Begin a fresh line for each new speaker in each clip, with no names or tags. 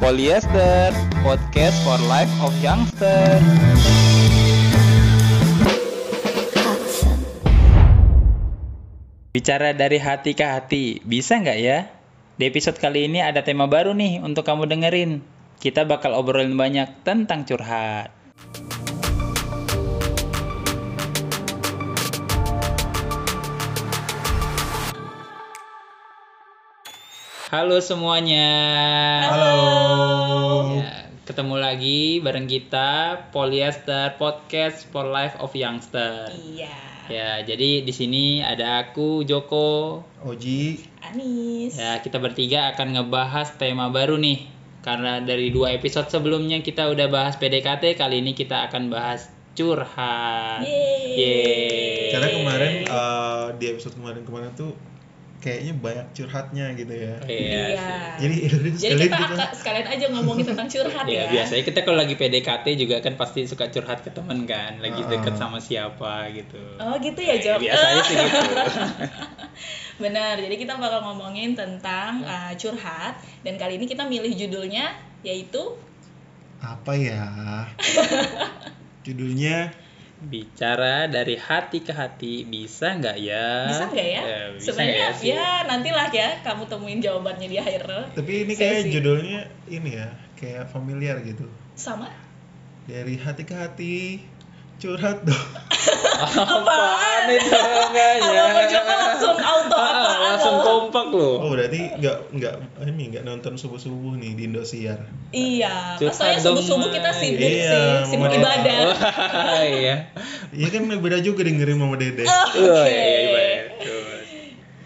Polyester, podcast for life of youngster. Bicara dari hati ke hati, bisa nggak ya? Di episode kali ini ada tema baru nih untuk kamu dengerin. Kita bakal obrolin banyak tentang curhat. Halo semuanya.
Halo.
Ya, ketemu lagi bareng kita Polyester Podcast for Life of Youngster.
Iya.
Ya, jadi di sini ada aku Joko.
Oji
Anis.
Ya, kita bertiga akan ngebahas tema baru nih. Karena dari dua episode sebelumnya kita udah bahas PDKT, kali ini kita akan bahas curhat. Yeay.
Yeay.
karena kemarin eh, di episode kemarin-kemarin tuh kayaknya banyak curhatnya gitu ya
Iya.
Iya.
jadi ilurin
Jadi
sekalian
kita
gitu
akan- sekalian aja ngomongin tentang curhat
Ya,
ya.
biasanya kita kalau lagi PDKT juga kan pasti suka curhat ke temen kan, lagi
Ah.
deket sama siapa gitu.
Oh gitu ya Jok.
Biasanya sih gitu.
Benar. Jadi kita bakal ngomongin tentang
Iya.
uh, curhat dan kali ini kita milih judulnya yaitu
apa ya judulnya
Bicara dari hati ke hati bisa nggak ya?
bisa nggak ya?
Eh, bisa nggak
Sebenarnya
ya sih?
nantilah ya kamu temuin jawabannya di akhir
tapi ini kayak
Sesi.
judulnya ini ya kayak familiar gitu
sama
dari hati ke hati curhat dong
Apaan itu namanya?
Apa Joko langsung auto
Iya. Ah,
apa?
langsung kompak loh.
oh berarti nggak nggak ini nggak nonton subuh subuh nih di Indosiar
Iya,
Curhat
soalnya
dong, Oh.
subuh-subuh kita
Mai.
sibuk
Iya,
sih, sibuk
Mama Dede.
ibadah.
Wah, iya.
iya kan beda juga dengerin mama dede
Oh.
Wah, iya, iya, betul.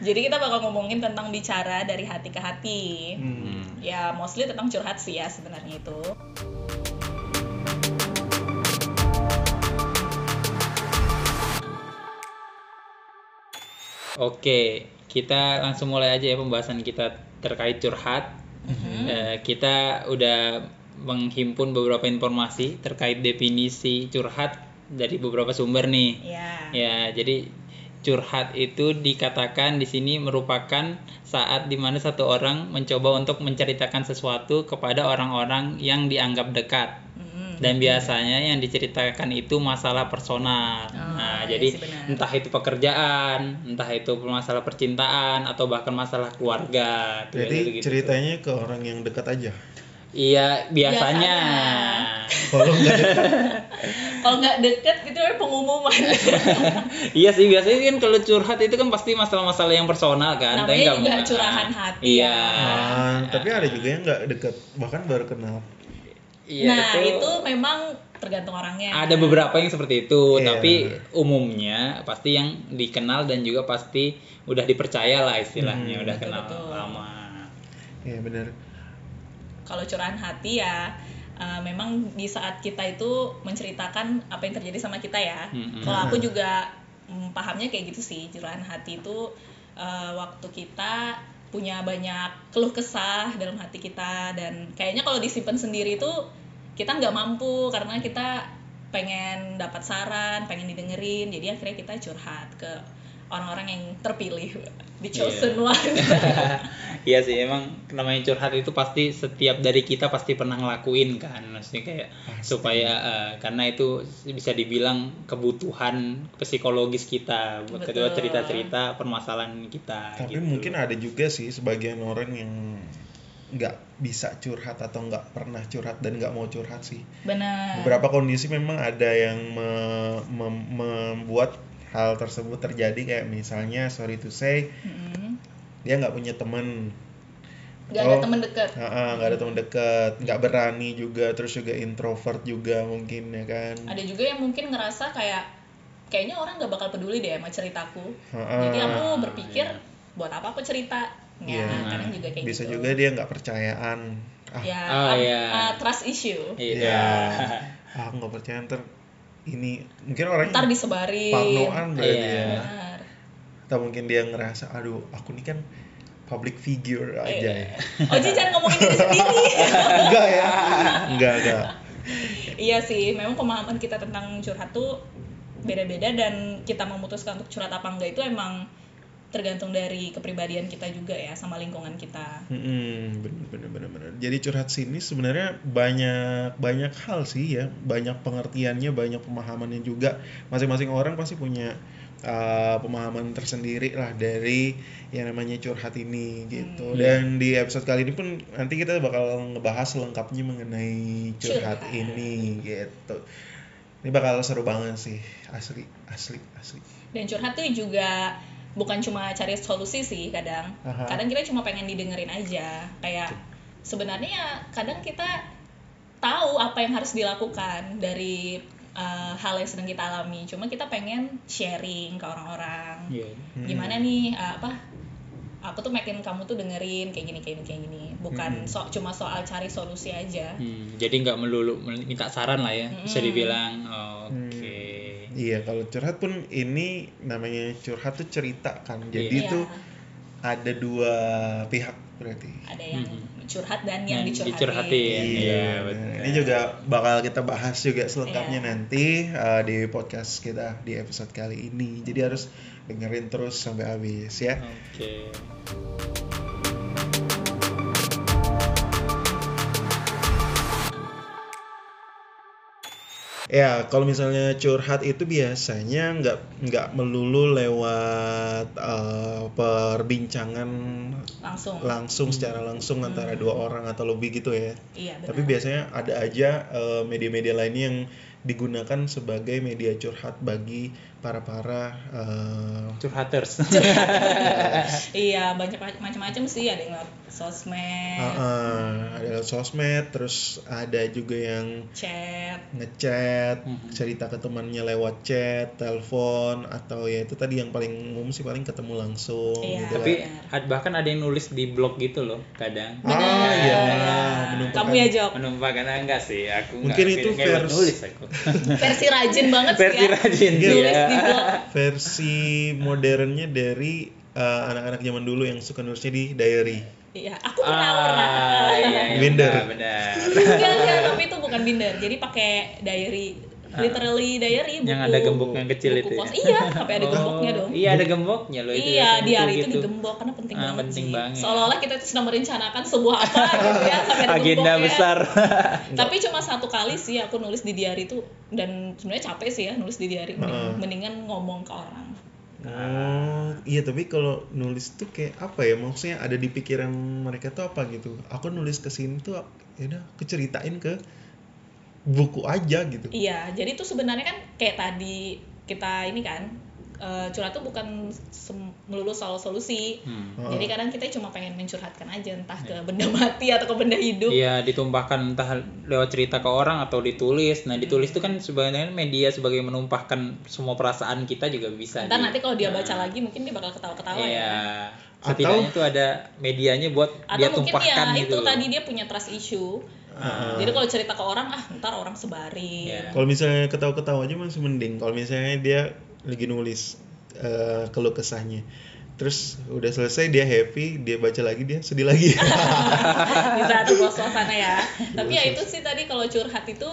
Jadi kita bakal ngomongin tentang bicara dari hati ke hati.
Hmm.
Ya, mostly tentang curhat sih ya sebenarnya itu.
Oke, kita langsung mulai aja ya pembahasan kita terkait curhat.
Mm-hmm.
Eh, kita udah menghimpun beberapa informasi terkait definisi curhat dari beberapa sumber nih.
Ya.
Ya, jadi curhat itu dikatakan di sini merupakan saat di mana satu orang mencoba untuk menceritakan sesuatu kepada orang-orang yang dianggap dekat
Mm-mm.
dan biasanya yang diceritakan itu masalah personal.
Oh,
nah,
iya
jadi
sih, benar.
entah itu pekerjaan, entah itu masalah percintaan atau bahkan masalah keluarga. Tuh,
Iya,
berarti
kayak gitu-gitu.
ceritanya ke orang yang dekat aja
Iya, biasanya.
kalau nggak dekat
Kalau nggak deket itu namanya pengumuman.
iya sih, biasanya kan kalau curhat itu kan pasti masalah-masalah yang personal kan. Tapi
Namanya
nggak
juga
mau-
curahan hati ya.
Iya.
ah, tapi ada juga yang nggak dekat bahkan baru kenal
Iya,
nah, itu... memang tergantung orangnya.
ada beberapa yang seperti itu,
Iya.
tapi umumnya pasti yang dikenal dan juga pasti udah dipercaya lah istilahnya,
Hmm.
udah kenal
Betul-betul.
lama.
Iya benar.
Kalau curahan hati ya uh, memang di saat kita itu menceritakan apa yang terjadi sama kita ya.
Mm-mm.
Kalau aku juga mm, pahamnya kayak gitu sih, curahan hati itu uh, waktu kita punya banyak keluh kesah dalam hati kita dan kayaknya kalau disimpan sendiri itu kita nggak mampu karena kita pengen dapat saran, pengen didengerin, jadi akhirnya kita curhat ke orang-orang yang terpilih, the chosen one.
Iya sih emang namanya curhat itu pasti setiap dari kita pasti pernah ngelakuin kan maksudnya kayak supaya eh, karena itu bisa dibilang kebutuhan psikologis kita kedua
Betul.
cerita-cerita permasalahan kita
Tapi
gitu.
mungkin ada juga sih sebagian orang yang nggak bisa curhat atau nggak pernah curhat dan nggak mau curhat sih.
Benar.
Beberapa kondisi memang ada yang me- mem- membuat hal tersebut terjadi kayak misalnya sorry to say
Mm-mm.
dia nggak punya teman,
Nggak ada
Oh.
teman dekat.
Ah, ah, nggak ada teman dekat, nggak berani juga, terus juga introvert juga mungkin ya kan.
ada juga yang mungkin ngerasa kayak kayaknya orang nggak bakal peduli deh sama ceritaku
Ah, ah.
jadi aku
Ah,
berpikir
iya.
buat apa aku cerita ya
Iya.
kadang juga kayak
Bisa
gitu
juga ya. dia nggak percayaan. Ah,
ya
Ah,
um,
iya.
uh, trust issue
Iya.
ah, aku nggak percaya ntar ini mungkin orang
ntar disebarin
parnoan berarti
Iya.
ya
Benar.
atau mungkin dia ngerasa aduh aku ini kan public figure
Eh.
aja ya
Oji Iya. Oh, jangan ngomongin diri sendiri
enggak ya enggak enggak
iya sih memang pemahaman kita tentang curhat tuh beda-beda dan kita memutuskan untuk curhat apa enggak itu emang tergantung dari kepribadian kita juga ya sama lingkungan kita.
Mm-mm, bener bener bener bener. Jadi curhat sini sebenarnya banyak banyak hal sih ya, banyak pengertiannya, banyak pemahamannya juga. Masing-masing orang pasti punya uh, pemahaman tersendiri lah dari yang namanya curhat ini
Hmm.
gitu. Dan di episode kali ini pun nanti kita bakal ngebahas selengkapnya mengenai curhat
Curhat.
ini gitu. Ini bakal seru banget sih, asli asli asli.
Dan curhat tuh juga bukan cuma cari solusi sih kadang.
Aha.
Kadang kita cuma pengen didengerin aja. Kayak sebenarnya ya kadang kita tahu apa yang harus dilakukan dari eh, hal yang sedang kita alami. Cuma kita pengen sharing ke orang-orang.
Iya.
Hmm.
gimana nih uh, apa aku tuh makin kamu tuh dengerin kayak gini kayak gini kayak gini bukan
Hmm. Iya.
so- cuma soal cari solusi aja
Hmm, jadi nggak melulu minta saran lah ya, bisa
Mm-mm.
dibilang. Oke.
Iya, kalau curhat pun ini namanya curhat tuh cerita kan. Jadi
Iya,
itu ada dua pihak berarti.
ada yang
Mm-mm.
curhat dan yang
Yang
dicurhatin,
dicurhatin. Iya, betul.
Ini juga bakal kita bahas juga selengkapnya
Iya.
nanti uh, di podcast kita di episode kali ini. Jadi harus dengerin terus sampai habis
Hmm.
ya.
Oke.
Ya, kalau misalnya curhat itu biasanya nggak nggak melulu lewat uh, perbincangan
langsung
langsung secara langsung antara dua orang atau lebih gitu ya.
iya benar
Tapi biasanya ada aja eh, media-media lainnya yang digunakan sebagai media curhat bagi para-para eh,
Curhaters.
iya banyak macam-macam sih ada yang lewat sosmed
ah, ah, ada lewat sosmed, terus ada juga yang
chat
ngechat,
Hmm.
Mhm.
cerita ke temannya lewat chat, telepon atau ya itu tadi yang paling umum sih paling ketemu langsung
Iya.
gitu.
Tapi
Benar.
ad- bahkan ada yang nulis di blog gitu loh, kadang.
Ah,
Benar.
iya,
Iya.
Ah,
menumpahkan.
kamu ya Jok
Menumpahkan enggak sih, aku
Mungkin
nggak-
itu
nggak buat
vers-
nulis aku.
versi rajin banget sih
Versi
ya
rajin
Mungkin-
nulis
dia.
di blog
Versi modernnya dari eh, anak-anak zaman dulu yang suka nulisnya di diary.
iya aku pernah pernah
Ah, iya, iya,
Minder.
benar, benar.
enggak enggak tapi itu bukan binder jadi pakai diary literally diary buku
Ah. Yang ada gembok yang kecil
buku
itu ya?
kos. iya sampai ada
Oh,
gemboknya dong
Iya, ada gemboknya loh itu.
Iya,
ya,
diary
buku
itu digembok karena penting
Ah,
banget
penting
sih.
banget.
Seolah-olah kita tuh sedang merencanakan sebuah apa gitu ya, sampai ada
Agenda
gemboknya.
besar.
Tapi cuma satu kali sih aku nulis di diary itu dan sebenarnya capek sih ya nulis di diary. Mending-
Heeh.
Mendingan ngomong ke orang.
Oh, iya tapi kalau nulis tuh kayak apa ya? Maksudnya ada di pikiran mereka tuh apa gitu. Aku nulis ke sini tuh ya udah aku ceritain ke buku aja gitu.
Iya, jadi itu sebenarnya kan kayak tadi kita ini kan eh, curhat tuh bukan sem- melulu soal solusi.
Hmm.
Heeh.
Jadi kadang kita cuma pengen mencurhatkan aja entah ke benda mati atau ke benda hidup.
Iya, ditumpahkan entah lewat cerita ke orang atau ditulis. Nah, ditulis itu kan sebenarnya media sebagai menumpahkan semua perasaan kita juga bisa.
Entar
di-
nanti kalau dia
Nah,
baca lagi mungkin dia bakal ketawa-ketawa
Iya.
ya.
Setidaknya itu ada medianya buat
Atau
dia
mungkin
tumpahkan
ya
gitu.
itu
loh.
tadi dia punya trust issue.
Ah.
Jadi kalau cerita ke orang ah ntar orang sebarin.
Iya.
Kalau misalnya ketawa-ketawa aja masih mending. Kalau misalnya dia lagi nulis eh keluh kesahnya. Terus udah selesai dia happy, dia baca lagi dia sedih lagi.
Bisa ada buat suasana ya. Tapi ya itu sih tadi kalau curhat itu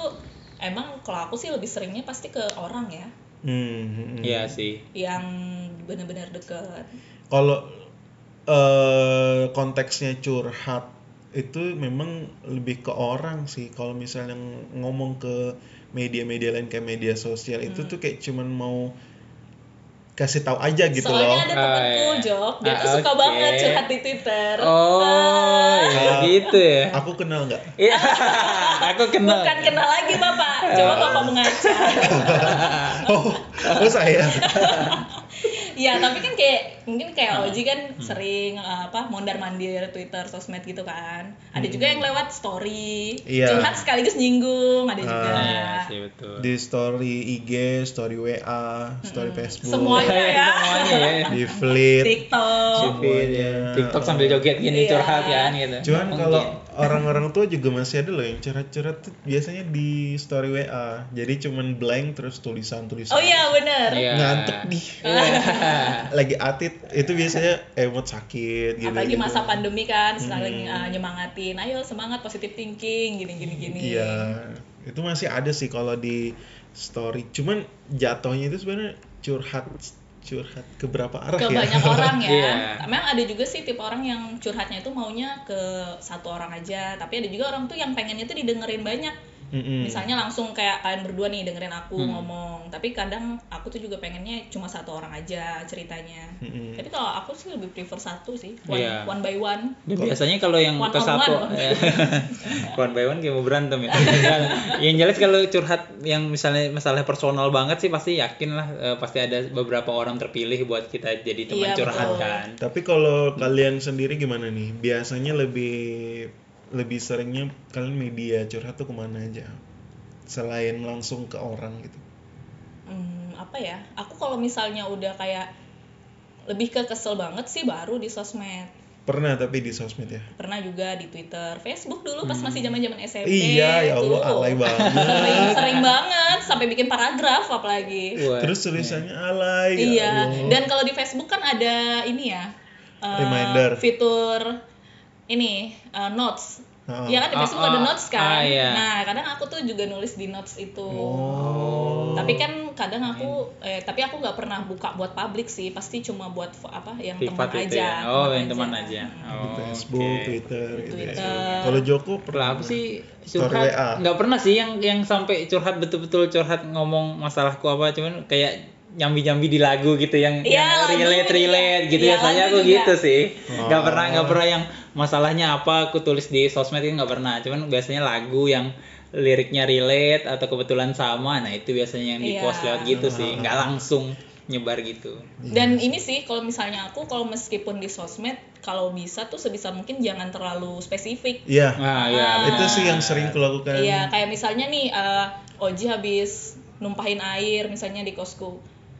emang kalau aku sih lebih seringnya pasti ke orang ya
Hmm, hmm, hmm.
Iya sih.
yang benar-benar deket.
kalau eh konteksnya curhat itu memang lebih ke orang sih kalau misalnya ng- ngomong ke media-media lain kayak media sosial itu
Hmm.
tuh kayak cuman mau kasih tahu aja gitu
Soalnya ada
loh
Oh,
temanku
iya.
Jok, dia tuh
Ah,
suka
oke.
banget curhat di Twitter.
Oh, iya
Ah.
gitu ya.
aku kenal nggak
Iya, aku kenal.
Bukan kenal lagi Bapak,
Ah.
coba Bapak mengaca.
oh oh saya
Iya, tapi kan kayak mungkin kayak Oji kan
Hmm.
sering eh, apa mondar-mandir Twitter, sosmed gitu kan. Ada juga
Hmm.
yang lewat story.
Iya.
Curhat sekaligus nyinggung, ada juga.
Iya sih betul.
di story IG story WA story
Hmm.
Facebook
Semuanya ya.
Semuanya ya. Oh, iya.
di Fleet
TikTok.
Semuanya.
TikTok sambil joget gini
Iya.
curhat kan gitu.
Cuman
Mungkin.
kalau orang-orang tua juga masih ada loh yang curhat-curhat tuh biasanya di story WA. Jadi cuman blank terus tulisan-tulisan.
Oh iya, bener.
Iya.
Ngantuk nih.
Iya.
Lagi atit itu biasanya emot sakit gitu.
Apalagi
gitu.
masa pandemi kan, saling
Hmm.
eh, nyemangatin, ayo semangat positive thinking, gini-gini gini.
Iya. Itu masih ada sih kalau di story. Cuman jatuhnya itu sebenarnya curhat curhat ke berapa arah
ke
ya?
banyak orang ya.
Iya.
Memang ada juga sih tipe orang yang curhatnya itu maunya ke satu orang aja, tapi ada juga orang tuh yang pengennya tuh didengerin banyak.
Mm-mm.
Misalnya langsung kayak kalian berdua nih dengerin aku
Hmm.
ngomong, tapi kadang aku tuh juga pengennya cuma satu orang aja ceritanya.
Mm-mm.
Tapi kalau aku sih lebih prefer satu sih, one,
Hmm. Iya.
one by one.
Dan biasanya kalau yang
One
ke
on
satu
one.
eh, one by one kayak mau berantem ya. Nah, yang jelas kalau curhat yang misalnya masalah personal banget sih pasti yakin lah eh, pasti ada beberapa orang terpilih buat kita jadi teman
Iya,
curhat
betul.
kan.
Tapi kalau kalian sendiri gimana nih? Biasanya lebih lebih seringnya kalian media curhat tuh kemana aja? Selain langsung ke orang gitu.
Hmm, apa ya? Aku kalau misalnya udah kayak lebih ke kesel banget sih baru di sosmed.
Pernah tapi di sosmed ya.
Pernah juga di Twitter, Facebook dulu pas masih zaman-zaman SMP.
Hmm. iya ya
tuh.
Allah alay
gitu. sering,
banget.
sering banget sampai bikin paragraf apalagi
Wah,
Terus tulisannya alay. ya
iya
Allah.
dan kalau di Facebook kan ada ini ya eh,
Reminder.
fitur ini eh, notes
Ah.
Iya kan di
Ah,
Facebook ada
ah.
notes kan
Ah, iya.
nah kadang aku tuh juga nulis di notes itu
Oh.
tapi kan kadang aku
Hmm.
eh, tapi aku nggak pernah buka buat publik sih pasti cuma buat fo- apa yang teman
privat
aja
itu ya. Oh, yang teman aja.
Mm.
Oh,
di Facebook,
oke.
Twitter, gitu ya.
Twitter.
Kalau Joko
Pernah
pernah
apa sih
Story WA.
curhat? Nggak pernah sih yang yang sampai curhat betul-betul curhat ngomong masalahku apa, cuman kayak nyambi-nyambi di lagu gitu yang,
Iya,
yang
lagu
relate
juga.
relate gitu
Iya,
ya biasanya
lagu
aku
juga.
gitu sih nggak
Oh.
pernah nggak pernah yang masalahnya apa aku tulis di sosmed itu nggak pernah cuman biasanya lagu yang liriknya relate atau kebetulan sama nah itu biasanya yang di post
Iya.
lewat gitu sih
Ah.
nggak langsung nyebar gitu
Dan ini sih kalau misalnya aku kalau meskipun di sosmed kalau bisa tuh sebisa mungkin jangan terlalu spesifik.
Iya.
nah, ya,
Ah.
Itu sih yang sering kulakukan.
Iya, kayak misalnya nih eh, Oji habis numpahin air misalnya di kosku.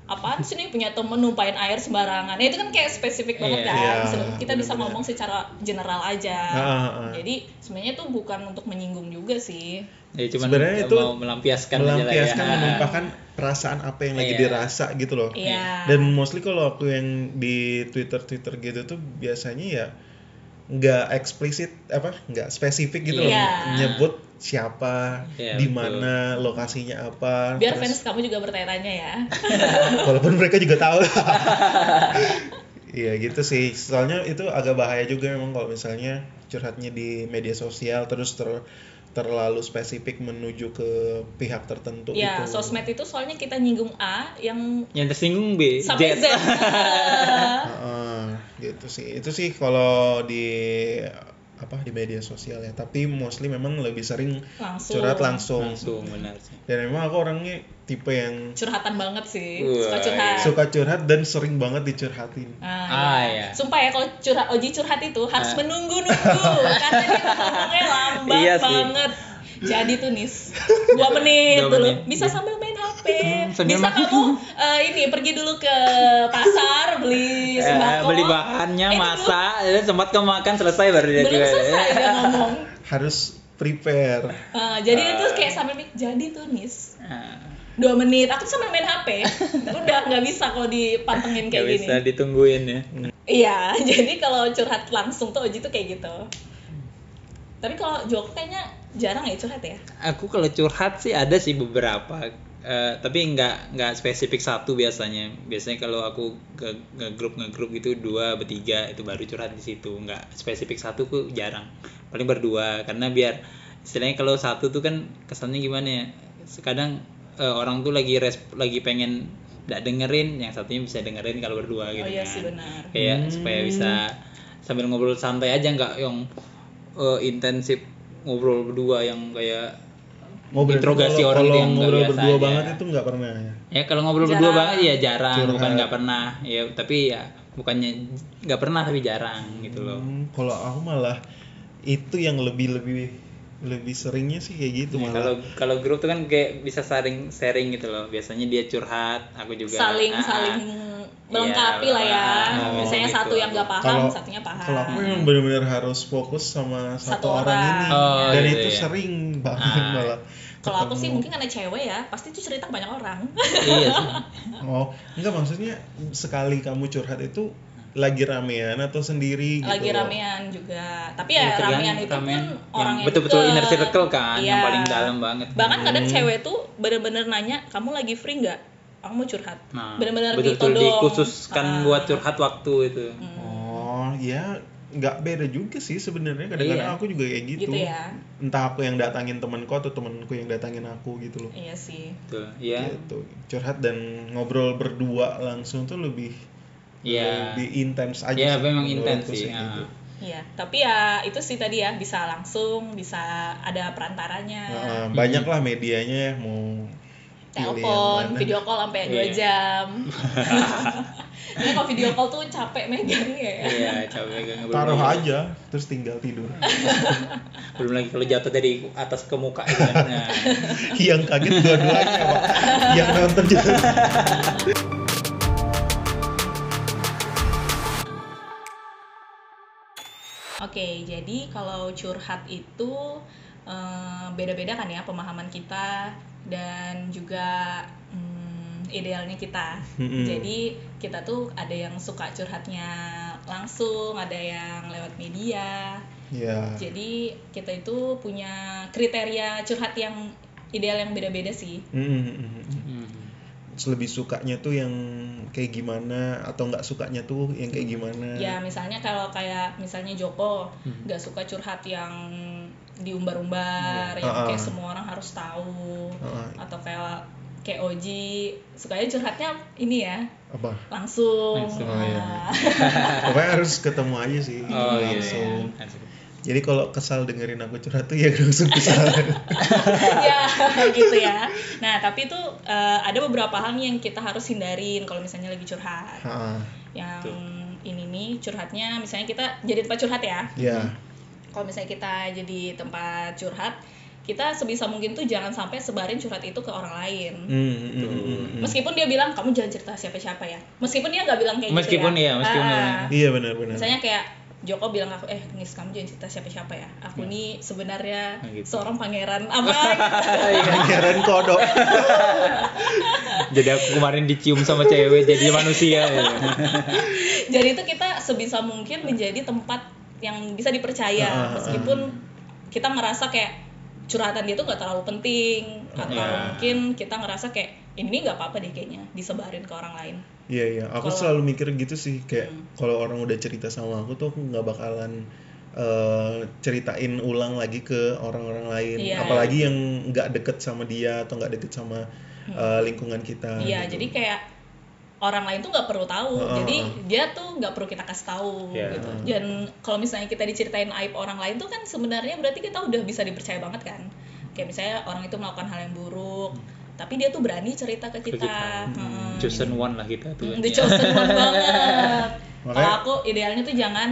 Apaan sih nih punya temen numpahin air sembarangan? Ya itu kan kayak spesifik
Iya.
banget kan.
Iya,
Misalnya kita bisa
benar-benar.
ngomong secara general aja.
Ah, ah, ah.
Jadi sebenarnya tuh bukan untuk menyinggung juga sih.
ya cuman
Sebenarnya itu
mau melampiaskan, Kan aja
melampiaskan
lah ya
menumpahkan perasaan apa yang lagi
Iya.
dirasa gitu loh
Iya.
dan mostly kalau aku yang di twitter twitter gitu tuh biasanya ya nggak eksplisit apa nggak spesifik gitu
Iya.
loh nyebut siapa
Iya,
di
betul.
mana lokasinya apa
Biar fans
terus-
kamu juga bertanya-tanya ya.
walaupun mereka juga tahu Iya gitu sih, soalnya itu agak bahaya juga memang kalau misalnya curhatnya di media sosial terus ter- terlalu spesifik menuju ke pihak tertentu gitu.
ya,
Gitu.
itu.
sosmed itu soalnya kita nyinggung A yang
yang tersinggung B
sampai Z.
Z.
Heeh, gitu sih. Itu sih kalau di apa di media sosial ya, tapi mostly memang lebih sering
langsung.
curhat langsung.
langsung benar sih
Dan memang aku orangnya tipe yang
curhatan banget sih
Wah, iya.
suka curhat
suka curhat dan sering banget dicurhatin.
Ah,
Ah, iya.
iya.
Sumpah ya kalau curhat Oji curhat itu harus
Ah.
menunggu-nunggu karena kita ngomongnya lambat
Iya sih.
banget. Jadi tuh Nis, dua menit
Dua
dulu
menit.
bisa sambil main HP,
Hmm, sambil
bisa
main.
kamu eh, ini pergi dulu ke pasar beli
Eh,
sembako,
beli bahannya
Iya, Eh,
masak eh, sempat kamu makan selesai baru dia Eh,
belum
juga
selesai dia ngomong.
Harus prepare.
Eh, jadi itu kayak sambil mik- jadi tuh Nis
Ah,
dua menit aku tuh sambil main HP udah nggak bisa kalau dipantengin
nggak
kayak gini
bisa ditungguin ya
Iya, jadi kalau curhat langsung tuh Oji tuh kayak gitu. Tapi kalau Joko kayaknya jarang ya curhat ya.
aku kalau curhat sih ada sih beberapa Eh, tapi nggak nggak spesifik satu biasanya biasanya kalau aku ke grup ngegrup gitu dua bertiga itu baru curhat di situ nggak spesifik satu ku jarang paling berdua karena biar istilahnya kalau satu tuh kan kesannya gimana ya kadang eh, orang tuh lagi res lagi pengen nggak dengerin yang satunya bisa dengerin kalau berdua gitu
oh iya
kan.
sih benar.
kayak
Hmm.
supaya bisa sambil ngobrol santai aja nggak yang eh, intensif ngobrol berdua yang kayak
Ngobrol
Interogasi
kalau-
orang
kalau
tuh yang nggak
ngobrol
biasa
berdua
aja.
banget itu nggak pernah ya.
ya kalau ngobrol berdua
Jarang.
banget ya jarang bukan
Curhat.
nggak pernah ya tapi ya bukannya nggak pernah tapi jarang gitu loh
Hmm, kalau aku malah itu yang lebih lebih lebih seringnya sih kayak gitu
Ya,
malah.
kalau kalau grup tuh kan kayak bisa saring sharing gitu loh biasanya dia curhat aku juga
Saling
Ah, ah.
saling
Iya,
melengkapi lah ya.
oh,
Misalnya
gitu.
satu yang nggak paham,
Kalau-
satunya paham.
Kalau aku
Hmm.
memang benar-benar harus fokus sama
Satu
satu, orang,
orang.
ini
Oh,
dan
gitu
itu
ya.
sering banget
Ah.
malah.
Kalau aku sih
ketemu.
mungkin karena cewek ya, pasti tuh cerita ke banyak orang.
iya sih.
Oh, enggak maksudnya sekali kamu curhat itu lagi ramean atau sendiri gitu.
Lagi
loh.
ramean juga. Tapi ya
Kebetulan
ramean itu
Iya, ramean
pun
kan, yang
orang yang
betul-betul
deket.
inner circle kan yang
Iya.
paling dalam banget
Bahkan kadang cewek tuh bener-bener nanya, kamu lagi free nggak? aku mau curhat gitu
Nah,
Benar-benar
betul-betul
ditodong.
dikhususkan
Ah.
buat curhat waktu itu.
Hmm,
Oh, ya nggak beda juga sih sebenarnya. Kadang-kadang
Iya.
aku juga kayak gitu.
gitu ya
Entah aku yang datangin temanku atau temanku yang datangin aku gitu loh.
iya sih
Betul. Iya.
Gitu. Curhat dan ngobrol berdua langsung tuh lebih
Iya.
lebih intens aja.
Iya,
sih
memang
menurutku
intens sih.
kayak gitu.
ah.
Iya, tapi ya itu sih tadi ya bisa langsung, bisa ada perantaranya,
Heeh, banyak lah medianya ya, mau pilih yang
telepon,
mana.
video call sampai dua
Iya.
jam. Ini kalau video call tuh capek megangnya ya.
Iya, capek gak belum
Taruh
lagi-
aja, terus tinggal tidur.
Belum lagi kalau jatuh dari atas ke muka itu kan. Nah,
yang kaget dua-duanya, Pak. Yang nonton juga.
Oke, jadi kalau curhat itu eh, beda-beda kan ya pemahaman kita dan juga mm, idealnya kita.
Mm-mm.
Jadi kita tuh ada yang suka curhatnya langsung, ada yang lewat media.
Ya.
Jadi kita itu punya kriteria curhat yang ideal yang beda-beda sih.
Mm, mm, mm, mm.
hmm.
Lebih sukanya tuh yang kayak gimana atau nggak sukanya tuh yang kayak gimana?
Ya misalnya kalau kayak misalnya Joko
Hmm.
nggak suka curhat yang diumbar-umbar,
Hmm.
yang kayak
Ah.
semua orang harus tahu,
Heeh,
atau kayak kayak Oji sukanya curhatnya ini ya
apa?
langsung.
Langsung,
Oh,
Ah.
iya. Pokoknya harus ketemu aja sih.
Oh iya.
langsung.
Langsung.
Jadi kalau kesal dengerin aku curhat tuh ya langsung kesal.
ya gitu ya. Nah tapi itu eh, ada beberapa hal nih yang kita harus hindarin kalau misalnya lagi curhat.
Heeh,
yang
Betul.
ini nih curhatnya misalnya kita jadi tempat curhat ya
ya.
kalau misalnya kita jadi tempat curhat kita sebisa mungkin tuh jangan sampai sebarin curhat itu ke orang lain
Mm, mm, mm, mm, mm.
meskipun dia bilang kamu jangan cerita siapa-siapa ya meskipun dia nggak bilang kayak
Meskipun
gitu ya
iya, meskipun
Ah,
nggak
ah.
bilang.
Iya benar-benar.
misalnya kayak Joko bilang ke aku eh Nis kamu jangan cerita siapa-siapa ya aku nih sebenarnya
Iya. Nah, gitu.
seorang pangeran apa
Pangeran kodok.
Jadi aku kemarin dicium sama cewek jadi manusia. ya.
jadi itu kita sebisa mungkin menjadi tempat yang bisa
Ah, ah,
dipercaya
ah.
meskipun kita ngerasa kayak curhatan dia tuh nggak terlalu penting atau
Ya.
mungkin kita ngerasa kayak ini nggak apa-apa deh kayaknya disebarin ke orang lain
Iya iya, aku
Kalau-
selalu mikir gitu sih kayak
Hmm.
kalau orang udah cerita sama aku tuh aku nggak bakalan eh, ceritain ulang lagi ke orang-orang lain,
Iya.
apalagi yang nggak deket sama dia atau nggak deket sama eh, lingkungan kita.
Hmm. iya
gitu.
jadi kayak orang lain tuh nggak perlu tahu
Ah, ah,
jadi
ah.
dia tuh nggak perlu kita kasih tahu
Ya.
gitu dan kalau misalnya kita diceritain aib orang lain tuh kan sebenarnya berarti kita udah bisa dipercaya banget kan kayak misalnya orang itu melakukan hal yang buruk tapi dia tuh berani cerita Hmm. ke kita, Hmm.
kita.
Heeh.
Chosen one lah kita tuh. kan ya. Iya.
The chosen one banget. Kalau
Makanya-
aku idealnya tuh jangan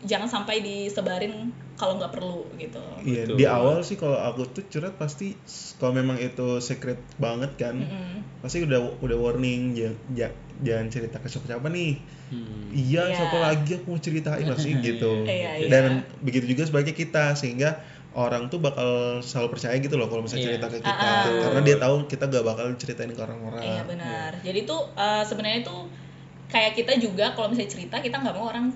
jangan sampai disebarin kalau nggak perlu gitu.
Iya,
Betul.
di awal sih kalau aku tuh curhat pasti s- kalau memang itu secret banget kan,
Mm-mm.
pasti udah udah warning ja- ja- jangan cerita ke siapa-siapa nih.
Hmm.
Iya,
Iya.
siapa lagi aku mau ceritain pasti gitu.
Iya, iya.
Dan begitu juga sebagai kita sehingga orang tuh bakal selalu percaya gitu loh kalau
Iya.
misalnya cerita ke kita
Ah, ah.
karena dia tahu kita gak bakal ceritain ke orang-orang.
Iya benar. Jadi tuh eh, sebenarnya tuh kayak kita juga kalau misalnya cerita kita nggak mau orang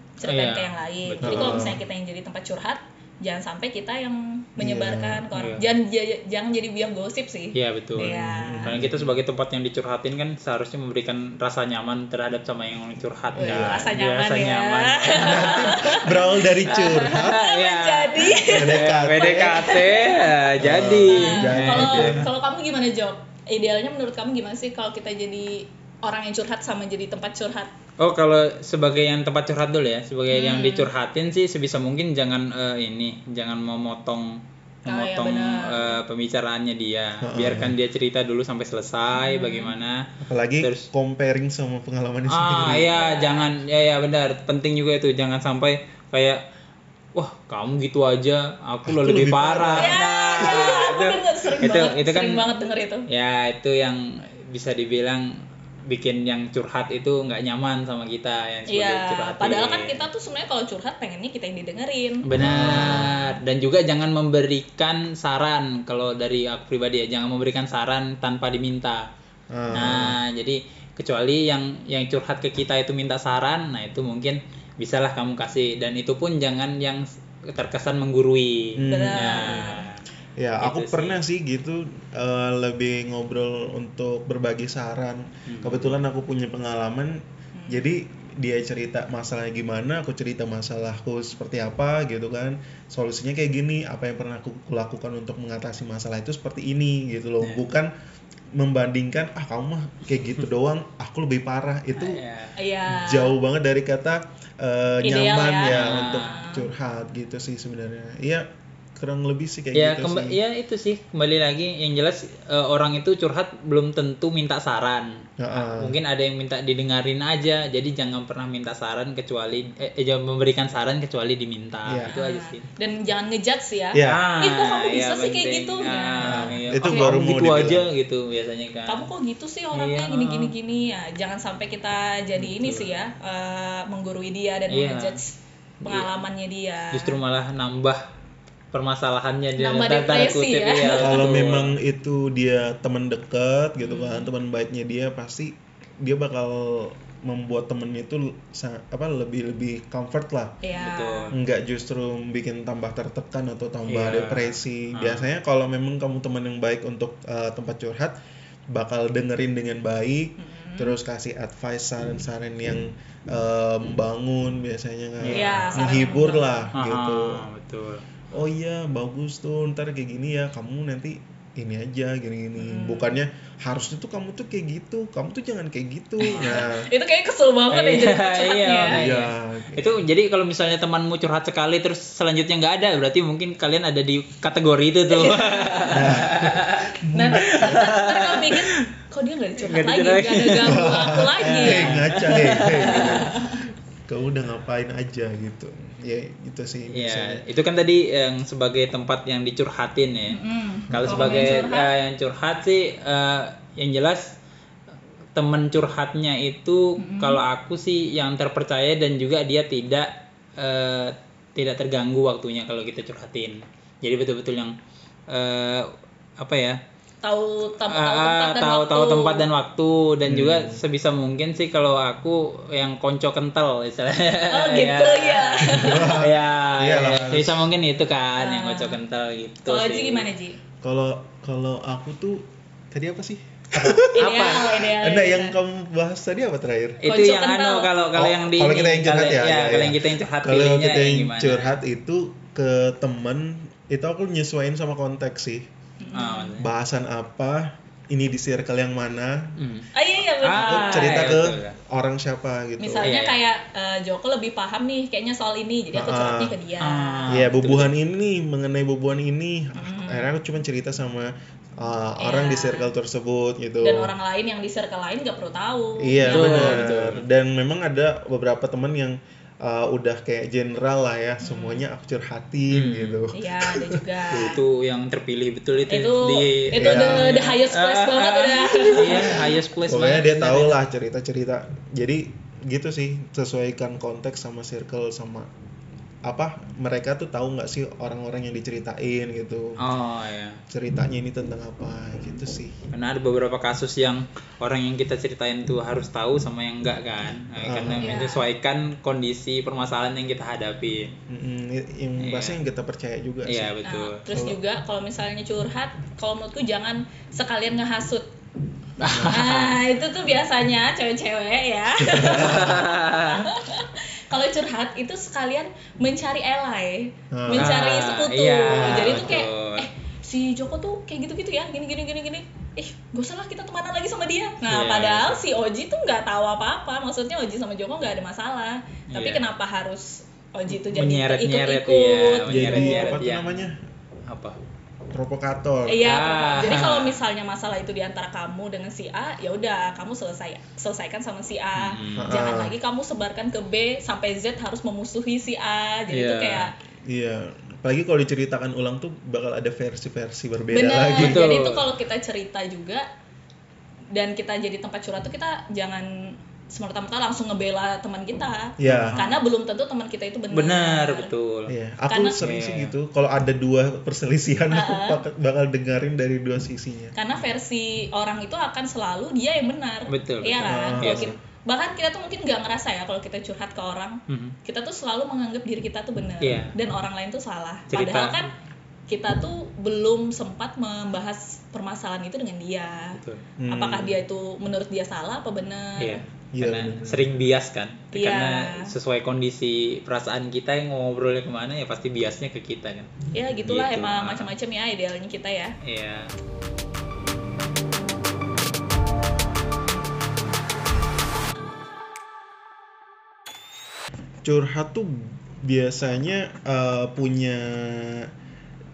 Iya,
ceritain ke yang lain.
betul.
Jadi kalau
Heeh.
misalnya kita yang jadi tempat curhat, jangan sampai kita yang menyebarkan ke orang.
Iya.
Jangan j- jangan jadi biang gosip sih.
Iya betul.
Iya.
Karena kita sebagai tempat yang dicurhatin kan seharusnya memberikan rasa nyaman terhadap sama yang curhat.
Wih,
kan.
rasa
Iya,
nyaman ya.
Berawal dari curhat
Iya.
Kan Jadi
PDKT.
PDKT ya, jadi. Eh,
Nah,
Jangan
kalau
gitu ya.
kalau kamu gimana Jok? Idealnya menurut kamu gimana sih kalau kita jadi orang yang curhat sama jadi tempat curhat?
Oh kalau sebagai yang tempat curhat dulu ya, sebagai
Hmm.
yang dicurhatin sih sebisa mungkin jangan eh, ini, jangan memotong
Oh, iya,
memotong
benar.
eh, pembicaraannya dia.
Heeh.
Biarkan dia cerita dulu sampai selesai
Hmm.
bagaimana.
apalagi
Terus-
comparing sama pengalamannya
Ah
sendiri.
iya jangan ya ya benar penting juga itu jangan sampai kayak wah kamu gitu aja aku,
Aku
lebih,
lebih
parah.
Ya,
Nah,
aku
itu-
denger sering
itu-
banget,
itu kan-
sering banget denger itu.
Ya itu yang bisa dibilang bikin yang curhat itu nggak nyaman sama kita yang sebagai ya.
Iya,
curhatin.
padahal kan kita tuh sebenarnya kalau curhat pengennya kita yang didengerin.
Hmm, benar dan juga jangan memberikan saran kalau dari aku pribadi ya jangan memberikan saran tanpa diminta.
Ah.
Nah, jadi kecuali yang yang curhat ke kita itu minta saran, nah itu mungkin bisalah kamu kasih dan itu pun jangan yang terkesan menggurui.
Hmm.
Benar.
Nah,
Ya,
Gitu
aku
sih.
pernah sih gitu eh, lebih ngobrol untuk berbagi saran.
Hmm.
Kebetulan aku punya pengalaman.
Hmm.
Jadi dia cerita masalahnya gimana, aku cerita masalahku seperti apa gitu kan. Solusinya kayak gini, apa yang pernah aku lakukan untuk mengatasi masalah itu seperti ini gitu loh.
Ya.
Bukan membandingkan ah kamu mah kayak gitu doang, aku lebih parah. Itu
Iya.
Iya.
jauh banget dari kata eh,
Ideal
nyaman
ya.
ya
Ah.
untuk curhat gitu sih sebenarnya. Iya, kurang lebih sih kayak
ya
gitu
kemba-
sih.
ya itu sih kembali lagi yang jelas eh, orang itu curhat belum tentu minta saran
Heeh.
mungkin ada yang minta didengarin aja jadi jangan pernah minta saran kecuali eh, eh, jangan memberikan saran kecuali diminta
Iya.
itu aja sih
Dan jangan ngejudge sih ya.
Iya.
Ah,
Ih, kok kamu
iya,
bisa sih kayak
penting.
gitu?
Ah,
Nah,
iya.
itu
Oh,
baru
kamu
mau
gitu aja
dibilang.
gitu biasanya kan
kamu kok gitu sih orangnya
Iya.
gini gini gini ya jangan sampai kita jadi ini sih ya eh, menggurui dia dan
Iya.
menjudge pengalamannya dia
justru malah nambah permasalahannya dia
Nambah
Tanda- tanda
depresi ya.
iya,
kalau
betul.
memang itu dia teman dekat gitu kan
Hmm.
teman baiknya dia pasti dia bakal membuat temennya itu sa- apa lebih lebih comfort lah
ya
gitu.
betul
nggak justru bikin tambah tertekan atau tambah
Iya.
depresi
Hmm.
Ah.
biasanya kalau memang kamu teman yang baik untuk eh, tempat curhat bakal dengerin dengan baik
Hmm.
terus kasih advice saran-saran yang eh, membangun biasnya
Iya,
kan
saran yang
menghibur
membangun.
lah gitu
Ah, betul
oh iya bagus tuh ntar kayak gini ya kamu nanti ini aja gini-gini
Hmm.
bukannya harusnya tuh kamu tuh kayak gitu kamu tuh jangan kayak gitu nah
itu kayak kesel banget ya jadi
iya,
curhatnya
iya.
iya
itu jadi kalau misalnya temanmu curhat sekali terus selanjutnya nggak ada berarti mungkin kalian ada di kategori itu tuh
Iya. nah ntar kamu mikir kok dia nggak dicurhat
Nggak
lagi
dicurhat Iya,
nggak ada ganggu aku lagi
Eh,
ya
ngaca eh, eh. kamu udah ngapain aja gitu ya itu sih biasanya.
Iya, itu kan tadi yang sebagai tempat yang dicurhatin ya.
Mm,
Kalau
kalau
sebagai
yang curhat.
eh, yang curhat sih eh, yang jelas temen curhatnya itu kalau aku sih yang terpercaya dan juga dia tidak eh, tidak terganggu waktunya kalau kita curhatin. Jadi betul-betul yang eh, apa ya?
tahu tem- tahu
Ah,
tempat dan
tahu
waktu
tahu tempat dan waktu dan
Hmm.
juga sebisa mungkin sih kalau aku yang konco kental misalnya.
oh gitu
iya.
ya
ya,
Iya
ya,
lah.
bisa mungkin itu kan yang kocok kental gitu
Ah. kalau Ji
sih.
gimana Ji
kalau kalau aku tuh tadi apa sih
ideal ideal
Iya,
Nah,
ideal.
yang kamu bahas tadi apa terakhir
Itu
Kocok
yang anu
kental.
kalau kalau
Oh,
yang di
kalau kita yang curhat
kalau- iya,
ya, ya,
kalau
ya.
yang kita yang curhat
kalau
pilihnya
kita
yang
yang
gimana?
curhat itu ke temen itu aku nyesuaiin sama konteks sih
Ah, maksudnya.
bahasan apa ini di circle yang mana
Hmm.
ah iya iya benar
Ah,
aku cerita
iya,
ke
betul.
orang siapa gitu
Iya,
Misalnya
iya.
kayak eh, Joko lebih paham nih kayaknya soal ini, jadi aku
Ah,
curhatnya ke dia.
Ah. Hmm.
ya bubuhan ini mengenai bubuhan ini akhirnya aku cuma cerita sama uh,
Iya.
orang di circle tersebut gitu
Dan orang lain yang di circle lain gak perlu tahu. Gitu.
iya
Betul,
benar dan memang ada beberapa teman yang uh, udah kayak general lah ya semuanya aku curhatin
Hmm.
gitu
Iya, ada juga.
Itu yang terpilih betul itu,
itu
di
itu
Iya.
the, the highest place
Ah,
banget
ah,
udah.
Iya, highest place
pokoknya
banget.
dia tahu lah cerita cerita jadi gitu sih sesuaikan konteks sama circle sama apa mereka tuh tahu nggak sih orang-orang yang diceritain gitu
Oh ya.
ceritanya ini tentang apa gitu sih
Karena ada beberapa kasus yang orang yang kita ceritain tuh harus tahu sama yang enggak kan.
Ah.
Nah, Karena
Iya.
menyesuaikan kondisi permasalahan yang kita hadapi.
Mm, yang
Iya.
bahasanya yang kita percaya juga sih
Iya,
Nah,
betul.
terus juga kalau misalnya curhat, kalau menurutku jangan sekalian ngehasut. Nah, itu tuh biasanya cewek-cewek ya. kalau curhat itu sekalian mencari ally,
Ah.
mencari
Ah,
sekutu.
iya,
Jadi tuh kayak
betul.
eh si Joko tuh kayak gitu-gitu ya, gini gini gini gini. Eh, gak usah lah kita temanan lagi sama dia. Nah,
Iya.
padahal si Oji tuh nggak tahu apa-apa. Maksudnya Oji sama Joko nggak ada masalah. Tapi
Iya.
kenapa harus Oji tuh jadi
Menyeret-nyeret,
ikut-ikut?
iya.
jadi
Menyeret-nyeret,
apa tuh
iya.
namanya
Apa?
provokator
Iya.
Ah.
betul. Jadi kalau misalnya masalah itu diantara kamu dengan si A, ya udah kamu selesai selesaikan sama si A.
Hmm.
Jangan
Ah.
lagi kamu sebarkan ke B sampai Z harus memusuhi si A. Jadi itu
Iya.
kayak
Iya, apalagi kalau diceritakan ulang tuh bakal ada versi-versi berbeda
benar.
lagi.
Betul.
Jadi itu kalau kita cerita juga dan kita jadi tempat curhat tuh kita jangan semerta-merta langsung ngebela teman kita.
Iya.
Karena belum tentu teman kita itu benar.
Benar, betul.
Iya, aku
Karena-
sering sih
Iya.
gitu. Kalau ada dua perselisihan aku bak- bakal dengerin dari dua sisinya.
karena versi orang itu akan selalu dia yang benar
Betul,
iya
betul.
kan
Ah,
Kalau
iya
kita- bahkan kita tuh mungkin nggak ngerasa ya kalau kita curhat ke orang
Mhm.
kita tuh selalu menganggap diri kita tuh benar
Iya.
dan orang lain tuh salah
Cerita.
padahal kan kita tuh belum sempat membahas permasalahan itu dengan dia.
Betul.
Hmm.
Apakah dia itu menurut dia salah apa benar?
Iya.
Iya,
Karena
benar.
sering bias kan.
Iya.
Karena sesuai kondisi perasaan kita yang mau ngobrolnya kemana ya pasti biasnya ke kita kan.
Ya gitulah
Gitu.
emang macam-macam ya idealnya kita ya.
Iya.
curhat tuh biasanya eh, punya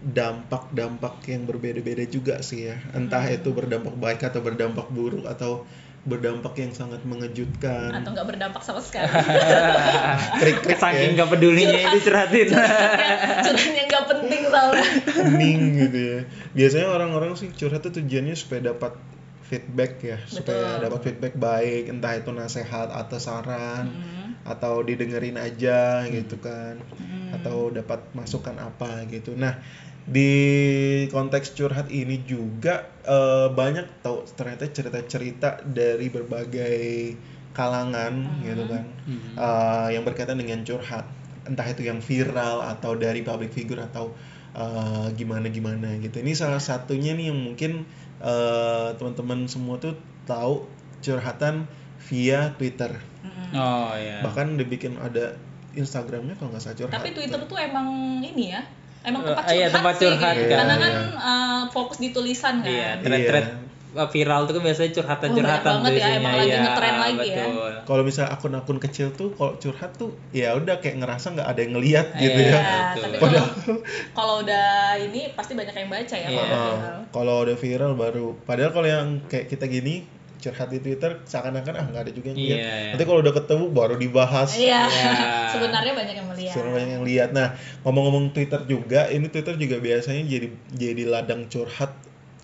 dampak-dampak yang berbeda-beda juga sih ya entah
Hmm.
itu berdampak baik atau berdampak buruk atau berdampak yang sangat mengejutkan
Hmm.
Atau nggak berdampak sama sekali.
trik-trik
Saking
ya
nggak pedulinya ini curhatin.
Curhat yang nggak penting soalnya.
hening gitu ya biasanya orang-orang sih curhat tuh tujuannya supaya dapat feedback ya supaya
Betul.
dapat feedback baik entah itu nasehat atau saran
Hmm.
atau didengerin aja gitu kan atau dapat masukan apa gitu nah di konteks curhat ini juga eh, banyak tau ternyata cerita-cerita dari berbagai kalangan gitu kan
Mhm.
eh, yang berkaitan dengan curhat entah itu yang viral atau dari public figure atau eh, gimana-gimana gitu ini salah satunya nih yang mungkin eh, teman-teman semua tuh tahu curhatan via Twitter
Hmm.
Oh iya.
bahkan dibikin ada Instagramnya kalau nggak salah curhat
Tapi Twitter tuh emang ini ya. Emang
Eh,
tempat curhat,
iya, tempat curhat,
sih. gitu.
kan.
Karena kan
Iya.
eh, fokus di tulisan kan.
Iya, thread-thread viral tuh kan biasanya curhatan-curhatan
Oh, banyak banget ya,
tuh isinya.
emang lagi
Iya,
ngetren lagi ya.
betul.
kalau misalnya akun-akun kecil tuh kalau curhat tuh ya udah kayak ngerasa nggak ada yang ngelihat gitu
Iya.
ya
Ya, tapi
Betul.
kalau kalau udah ini pasti banyak yang baca ya kalau
Iya.
Heeh.
viral.
kalau udah viral baru padahal kalau yang kayak kita gini curhat di Twitter seakan-akan ah nggak ada juga yang lihat
Iya, iya.
nanti kalau udah ketemu baru dibahas
Iya.
Iya.
Sebenarnya banyak yang melihat.
Sebenarnya banyak yang lihat. Nah, ngomong-ngomong Twitter juga, ini Twitter juga biasanya jadi jadi ladang curhat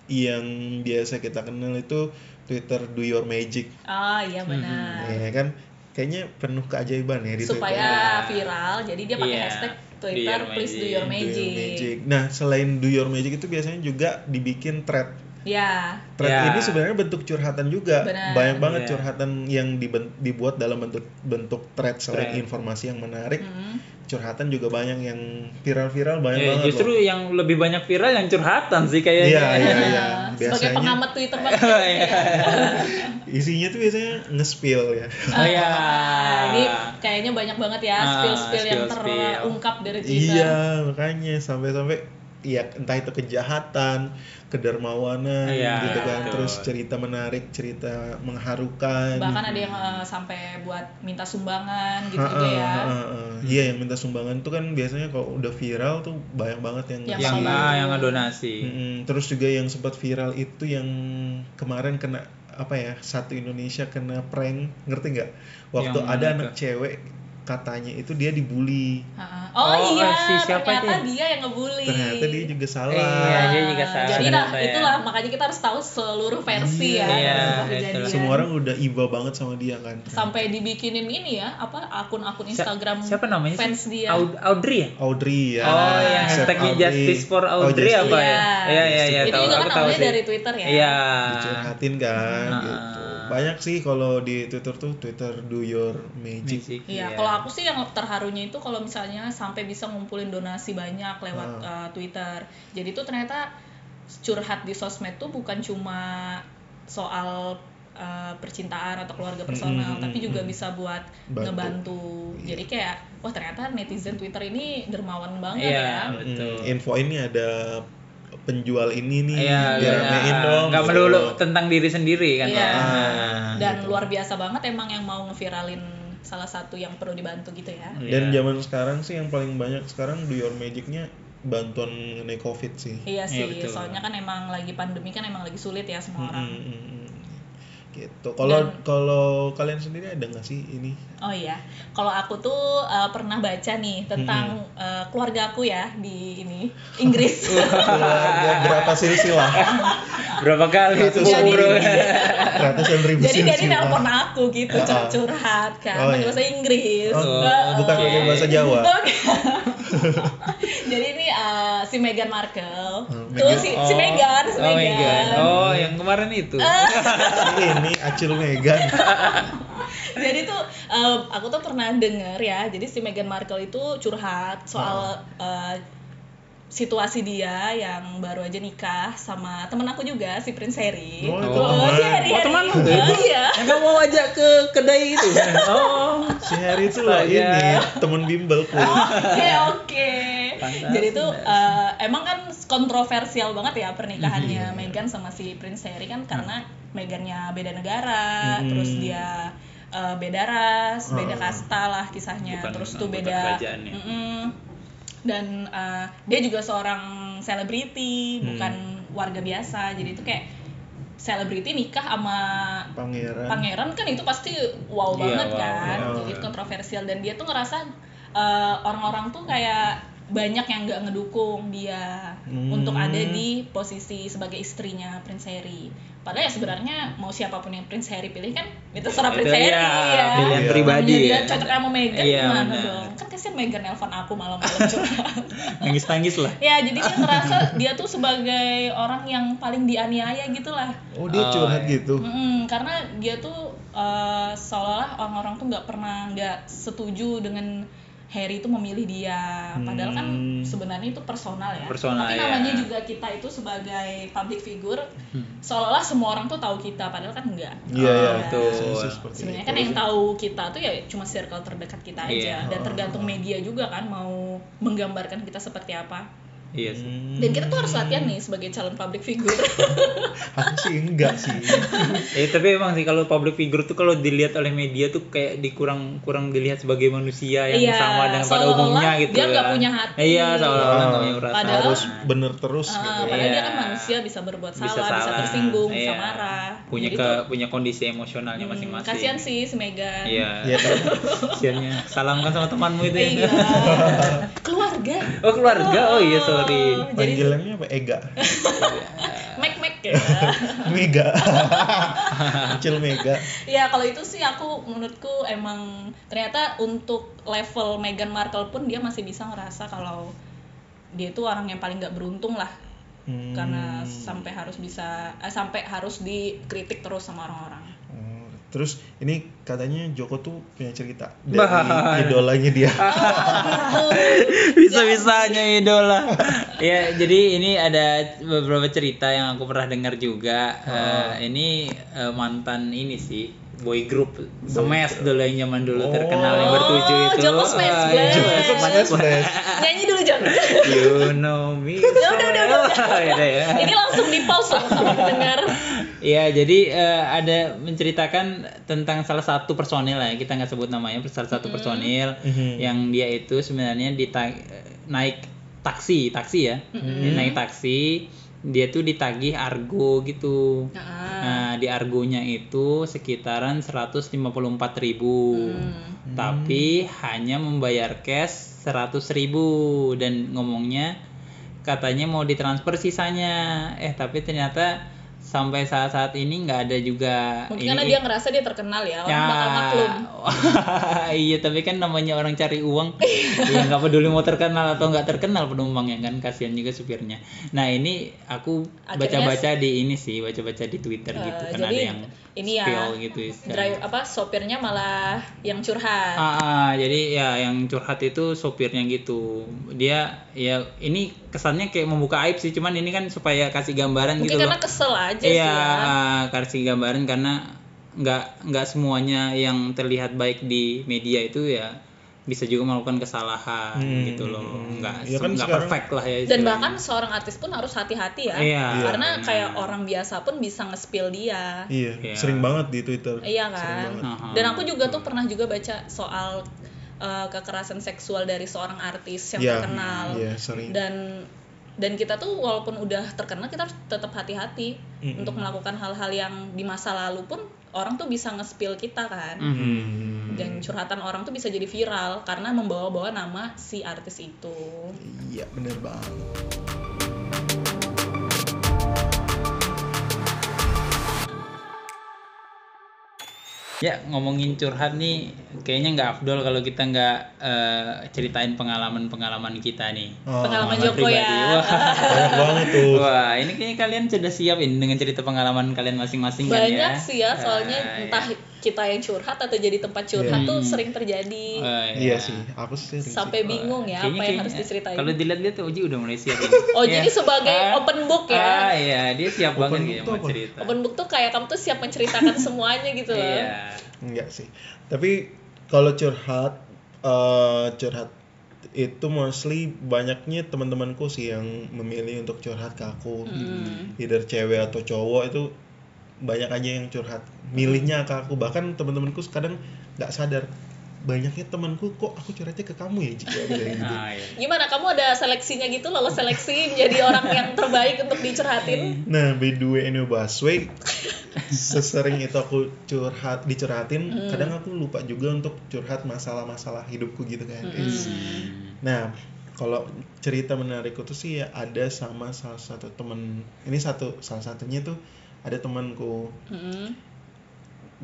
yang biasa kita kenal itu Twitter do your magic,
Oh iya
Hmm,
benar.
ya kan? Kayaknya penuh keajaiban ya di Twitter.
Supaya
Iya.
viral, jadi dia pakai
Iya.
hashtag
Do
Twitter
your
please do
magic.
your
Do your
magic.
Nah, selain do your magic itu biasanya juga dibikin thread.
Ya,
Thread
Ya.
ini sebenarnya bentuk curhatan juga.
Benar.
Banyak banget
Iya.
curhatan yang diben- dibuat dalam bentuk bentuk thread selain
Thread.
informasi yang menarik,
Hmm.
curhatan juga banyak yang viral-viral banyak
Iya,
banget.
justru
loh.
yang lebih banyak viral yang curhatan sih kayaknya.
Iya, iya, iya.
Eh, Sebagai
Biasanya
pengamat Twitter banget.
Oh, iya.
isinya tuh biasanya nge-spill ya.
Oh iya.
Ah, Ini kayaknya banyak banget ya
Ah,
spill-spill yang
spill-spill.
terungkap dari
iya,
Twitter.
makanya sampai-sampai ya entah itu kejahatan, kedermawanan
Iya,
gitu kan,
betul.
terus cerita menarik, cerita mengharukan.
Bahkan ada yang eh, sampai buat minta sumbangan gitu
Ha-ha,
juga ya.
ha-ha, ha-ha.
Hmm.
Iya, yang minta sumbangan tuh kan biasanya kalau udah viral tuh banyak banget yang
Yang
yang
ngasih.
sama.
ah, yang donasi.
Mm-mm, terus juga yang sempat viral itu yang kemarin kena apa ya satu Indonesia kena prank ngerti nggak waktu
Yang
ada
mana
anak cewek katanya itu dia dibully
Ha-ha. Oh,
Oh,
iya,
si siapa
ternyata
itu?
dia yang ngebully.
ternyata dia juga
Iya,
salah
dia juga
Ah,
salah.
Jadi nah,
ternyata ya.
itulah makanya kita harus tahu seluruh versi ya
Iya,
dari sebuah
betul.
kejadian.
semua orang udah iba banget sama dia kan
sampai dibikinin ini ya apa akun-akun
Sia-
Instagram
siapa namanya sih?
fans dia.
Aud- Audrey ya?
Audrey ya
Oh, yang
Chef
hashtag
Audrey.
Justice for
Oh,
Audrey
Justice.
apa ya? Iya, iya, iya,
Itu
tahu.
juga
Aku
kan
tahu
awalnya
sih.
dari Twitter ya.
Iya.
dicurhatin kan
Ah.
gitu banyak sih kalau di Twitter tuh Twitter do your magic
Music,
Iya, kalau aku sih yang terharunya itu kalau misalnya sampai bisa ngumpulin donasi banyak
Hmm.
lewat uh, Twitter. Jadi itu ternyata curhat di sosmed tuh bukan cuma soal uh, percintaan atau keluarga
Hmm,
personal,
Mm, mm,
tapi
mm,
juga
mm.
bisa buat
Bantu.
ngebantu. Jadi
Iya.
kayak wah ternyata netizen Twitter ini dermawan banget
Iya,
ya.
betul.
Mm, info ini ada penjual ini nih
Iya,
biar
iya.
ramein dong
Nggak
gitu.
melulu tentang diri sendiri kan.
Iya.
Ah,
Dan
gitu.
luar biasa banget emang yang mau ngeviralin salah satu yang perlu dibantu gitu ya.
dan
Iya.
zaman sekarang sih yang paling banyak sekarang do your magicnya bantuan mengenai covid sih
Iya sih,
betul.
soalnya kan emang lagi pandemi kan emang lagi sulit ya semua orang.
Mm, mm, mm. gitu kalau
Dan-
kalau kalian sendiri ada nggak sih ini
Oh iya, kalau aku tuh uh, pernah baca nih tentang uh, keluarga aku ya di ini Inggris.
Oh, keluarga berapa silsilah
Berapa kali itu
Ratusan
bro?
ribu. ratusan ribu
Jadi dia ini
silsilah.
nelpon aku gitu
Ah, ah.
curhat kan
Oh,
pakai
iya.
bahasa Inggris.
Oh,
Heeh.
bukan
Oke.
pakai bahasa Jawa
Oke. Jadi ini uh, si Meghan Markle.
Hmm,
Tuh
Meghan.
si, si Meghan, si Ah.
oh,
Meghan.
Meghan. Oh, yang kemarin itu.
ini acil megan
Jadi tuh um, aku tuh pernah denger ya. Jadi si Meghan Markle itu curhat soal uh, situasi dia yang baru aja nikah sama temen aku juga si Prince Harry.
Oh,
itu
oh,
teman.
si Harry.
Oh, teman lu tuh.
Harry. Oh, iya.
Yang kamu mau ajak ke kedai itu? oh.
Si Harry itu loh
Astaga.
ini temen bimbel pun.
Oke oke.
Pantas,
Jadi tuh
Mbak.
eh, emang kan kontroversial banget ya pernikahannya
Mm-hmm.
Meghan sama si Prince Harry kan karena Meghannya beda
Mm-hmm.
negara,
Hmm.
terus dia eh, beda ras, beda
Oh.
kasta lah kisahnya,
Bukan
terus tuh
anggota
beda.
kerajaan ya.
Mm-mm. Dan eh, dia juga seorang selebriti,
Mm-hmm.
Hmm.
bukan warga biasa. Jadi itu kayak selebriti nikah sama
Pangeran.
pangeran kan itu pasti
Iya,
wow banget
wow, iya.
kan
wow.
jadi kontroversial dan dia tuh ngerasa eh, orang-orang tuh kayak banyak yang nggak ngedukung dia
Hmm.
untuk ada di posisi sebagai istrinya Prince Harry padahal ya sebenarnya mau siapapun yang Prince Harry pilih kan itu serah Prince Harry
ya,
ya
pilihan
Iya.
pribadi
Jadi
ya.
dia cocok sama Meghan
Iya,
gimana
benar.
dong kan kasihan Meghan nelpon aku malam-malam curhat
Nangis-nangis lah.
ya jadi dia ngerasa dia tuh sebagai orang yang paling dianiaya gitulah
Oh dia
Oh,
curhat
iya.
gitu.
Mm-mm, karena dia tuh eh, seolah-olah orang-orang tuh nggak pernah nggak setuju dengan Harry itu memilih dia. Padahal kan
Hmm. iya.
sebenarnya itu personal ya.
Personal,
Tapi
ya.
namanya juga kita itu sebagai public figure, seolah-olah semua orang tuh tahu kita, padahal kan enggak.
Hmm. Iya iya.
betul.
Saya sih seperti
Sebenarnya
itu.
kan yang tahu kita tuh ya cuma circle terdekat kita aja
Iya.
dan tergantung
Oh.
media juga kan mau menggambarkan kita seperti apa.
Iya sih.
Hmm.
Dan kita tuh harus latihan nih sebagai calon public figure.
Aku sih enggak sih.
Eh, tapi emang sih kalau public figure tuh kalau dilihat oleh media tuh kayak dikurang kurang dilihat sebagai manusia yang
Iya,
sama dengan pada
seolah-olah
umumnya gitu
dia nggak
kan.
punya hati.
Iya, seolah-olah nggak
Ah,
punya perasaan.
Padahal-
harus bener terus
Ah,
gitu.
padahal dia kan
Iya.
manusia bisa berbuat
Bisa
salah, bisa,
salah.
tersinggung, bisa
Iya.
marah.
punya ke
Jadi tuh,
punya kondisi emosionalnya
hmm,
masing-masing.
Kasihan sih si Megan.
Iya.
Iya kan?
Kasihannya. Salamkan sama temanmu itu ya.
Iya. Keluarga.
Oh, keluarga. Oh iya, sorry.
Jadi
Panggilannya apa? Ega.
Mac Mac ya.
Mega. Kecil Mega.
ya kalau itu sih aku menurutku emang ternyata untuk level Meghan Markle pun dia masih bisa ngerasa kalau dia itu orang yang paling nggak beruntung lah
Hmm.
karena sampai harus bisa eh, sampai harus dikritik terus sama orang-orang.
Oh, Terus ini katanya Joko tuh punya cerita dari
Bah. Ah.
idolanya dia.
Bisa-bisanya idola. ya, jadi ini ada beberapa cerita yang aku pernah dengar juga.
Oh.
Eh, ini eh, mantan ini sih boy group Smash dulu yang zaman dulu
Oh.
terkenal yang bertujuh itu.
Joko Smash,
Eh,
guys.
Joko
Smash, Smash.
Nyanyi dulu Jon.
You know me.
udah, udah, udah.
well. Ya, ya.
Ini langsung di pause loh sama pendengar.
Iya, jadi eh, ada menceritakan tentang salah satu personil lah ya, kita nggak sebut namanya, salah satu personil
Mhm.
yang dia itu sebenarnya dita- naik taksi, taksi ya, Dia naik taksi, dia tuh ditagih argo gitu. Nah, di argonya itu sekitaran 154.000.
Hmm.
Tapi hanya membayar cash 100.000 dan ngomongnya katanya mau ditransfer sisanya. Eh, tapi ternyata sampai saat-saat ini nggak ada juga
Mungkin
ini
karena dia ngerasa dia terkenal ya, orang
Ya.
bakal maklum.
iya, tapi kan namanya orang cari uang, ya nggak peduli mau terkenal atau nggak terkenal penumpangnya kan, kasihan juga supirnya. Nah ini aku
Akhirnya-
baca-baca di ini sih, baca-baca di Twitter
Eh,
gitu, kan ada
jadi
yang
ini ya,
spill gitu. istilahnya.
Drive apa sopirnya malah yang curhat.
Ah, ah, jadi ya yang curhat itu sopirnya gitu. Dia ya ini kesannya kayak membuka aib sih, cuman ini kan supaya kasih gambaran
Mungkin
gitu loh.
karena kesel aja sih
Iya,
ya.
ah, kasih gambaran karena nggak nggak semuanya yang terlihat baik di media itu ya bisa juga melakukan kesalahan
Hmm,
gitu loh.
hmm,
Nggak se-
iya kan
nggak
sekarang-
perfect lah ya
Dan
istilahnya.
bahkan seorang artis pun harus hati-hati ya.
Iya,
Karena
benar.
kayak orang biasa pun bisa nge-spill dia.
Iya,
Iya.
sering banget di Twitter.
Iya
Sering
kan.
banget.
Aha.
Dan aku juga tuh pernah juga baca soal eh, kekerasan seksual dari seorang artis yang
Iya,
terkenal.
Iya, sering.
dan dan kita tuh walaupun udah terkenal kita harus tetap hati-hati
Mm-mm.
untuk melakukan hal-hal yang di masa lalu pun orang tuh bisa nge-spill kita kan
Mhm.
dan curhatan orang tuh bisa jadi viral karena membawa-bawa nama si artis itu
Iya, bener banget.
Ya ngomongin curhat nih, kayaknya nggak afdol kalau kita nggak eh, ceritain pengalaman-pengalaman kita nih.
Oh,
pengalaman Joko ya
pribadi. Wah.
banyak banget tuh.
Wah, ini kayaknya kalian sudah siap ini dengan cerita pengalaman kalian masing-masing kan ya?
banyak sih ya soalnya
Ah,
entah
ya.
kita yang curhat atau jadi tempat curhat
Iya.
tuh
Hmm.
sering terjadi
Eh,
Iya sih, aku sih sering
sampai bingung ya apa
Kayaknya-
yang harus
kayaknya-
diceritain.
Kalau dilihat-lihat tuh Uji udah mulai siap. Iya.
Oh, jadi sebagai open book ya?
Ah, iya, dia siap
Open
banget gitu
book tuh
mau
apa?
cerita.
Open book tuh kayak kamu tuh siap menceritakan semuanya gitu loh.
Iya.
sih. Enggak sih. Tapi kalau curhat eh curhat itu mostly banyaknya teman-temanku sih yang memilih untuk curhat ke aku.
Hmm.
Either cewek atau cowok itu banyak aja yang curhat. Milihnya ke aku. Bahkan teman-temanku kadang nggak sadar banyaknya temanku kok aku curhatnya ke kamu ya Ji?" Kayak gitu.
Ah, iya.
Gimana kamu ada seleksinya gitu lolos seleksi menjadi orang yang terbaik untuk dicurhatin?
Nah, by the way, anyway, busway sesering itu aku curhat dicurhatin,
Hmm.
kadang aku lupa juga untuk curhat masalah-masalah hidupku gitu kan.
Hmm.
guys. Nah, kalau cerita menarikku tuh sih ya ada sama salah satu temen ini satu salah satunya tuh ada temanku
Hmm.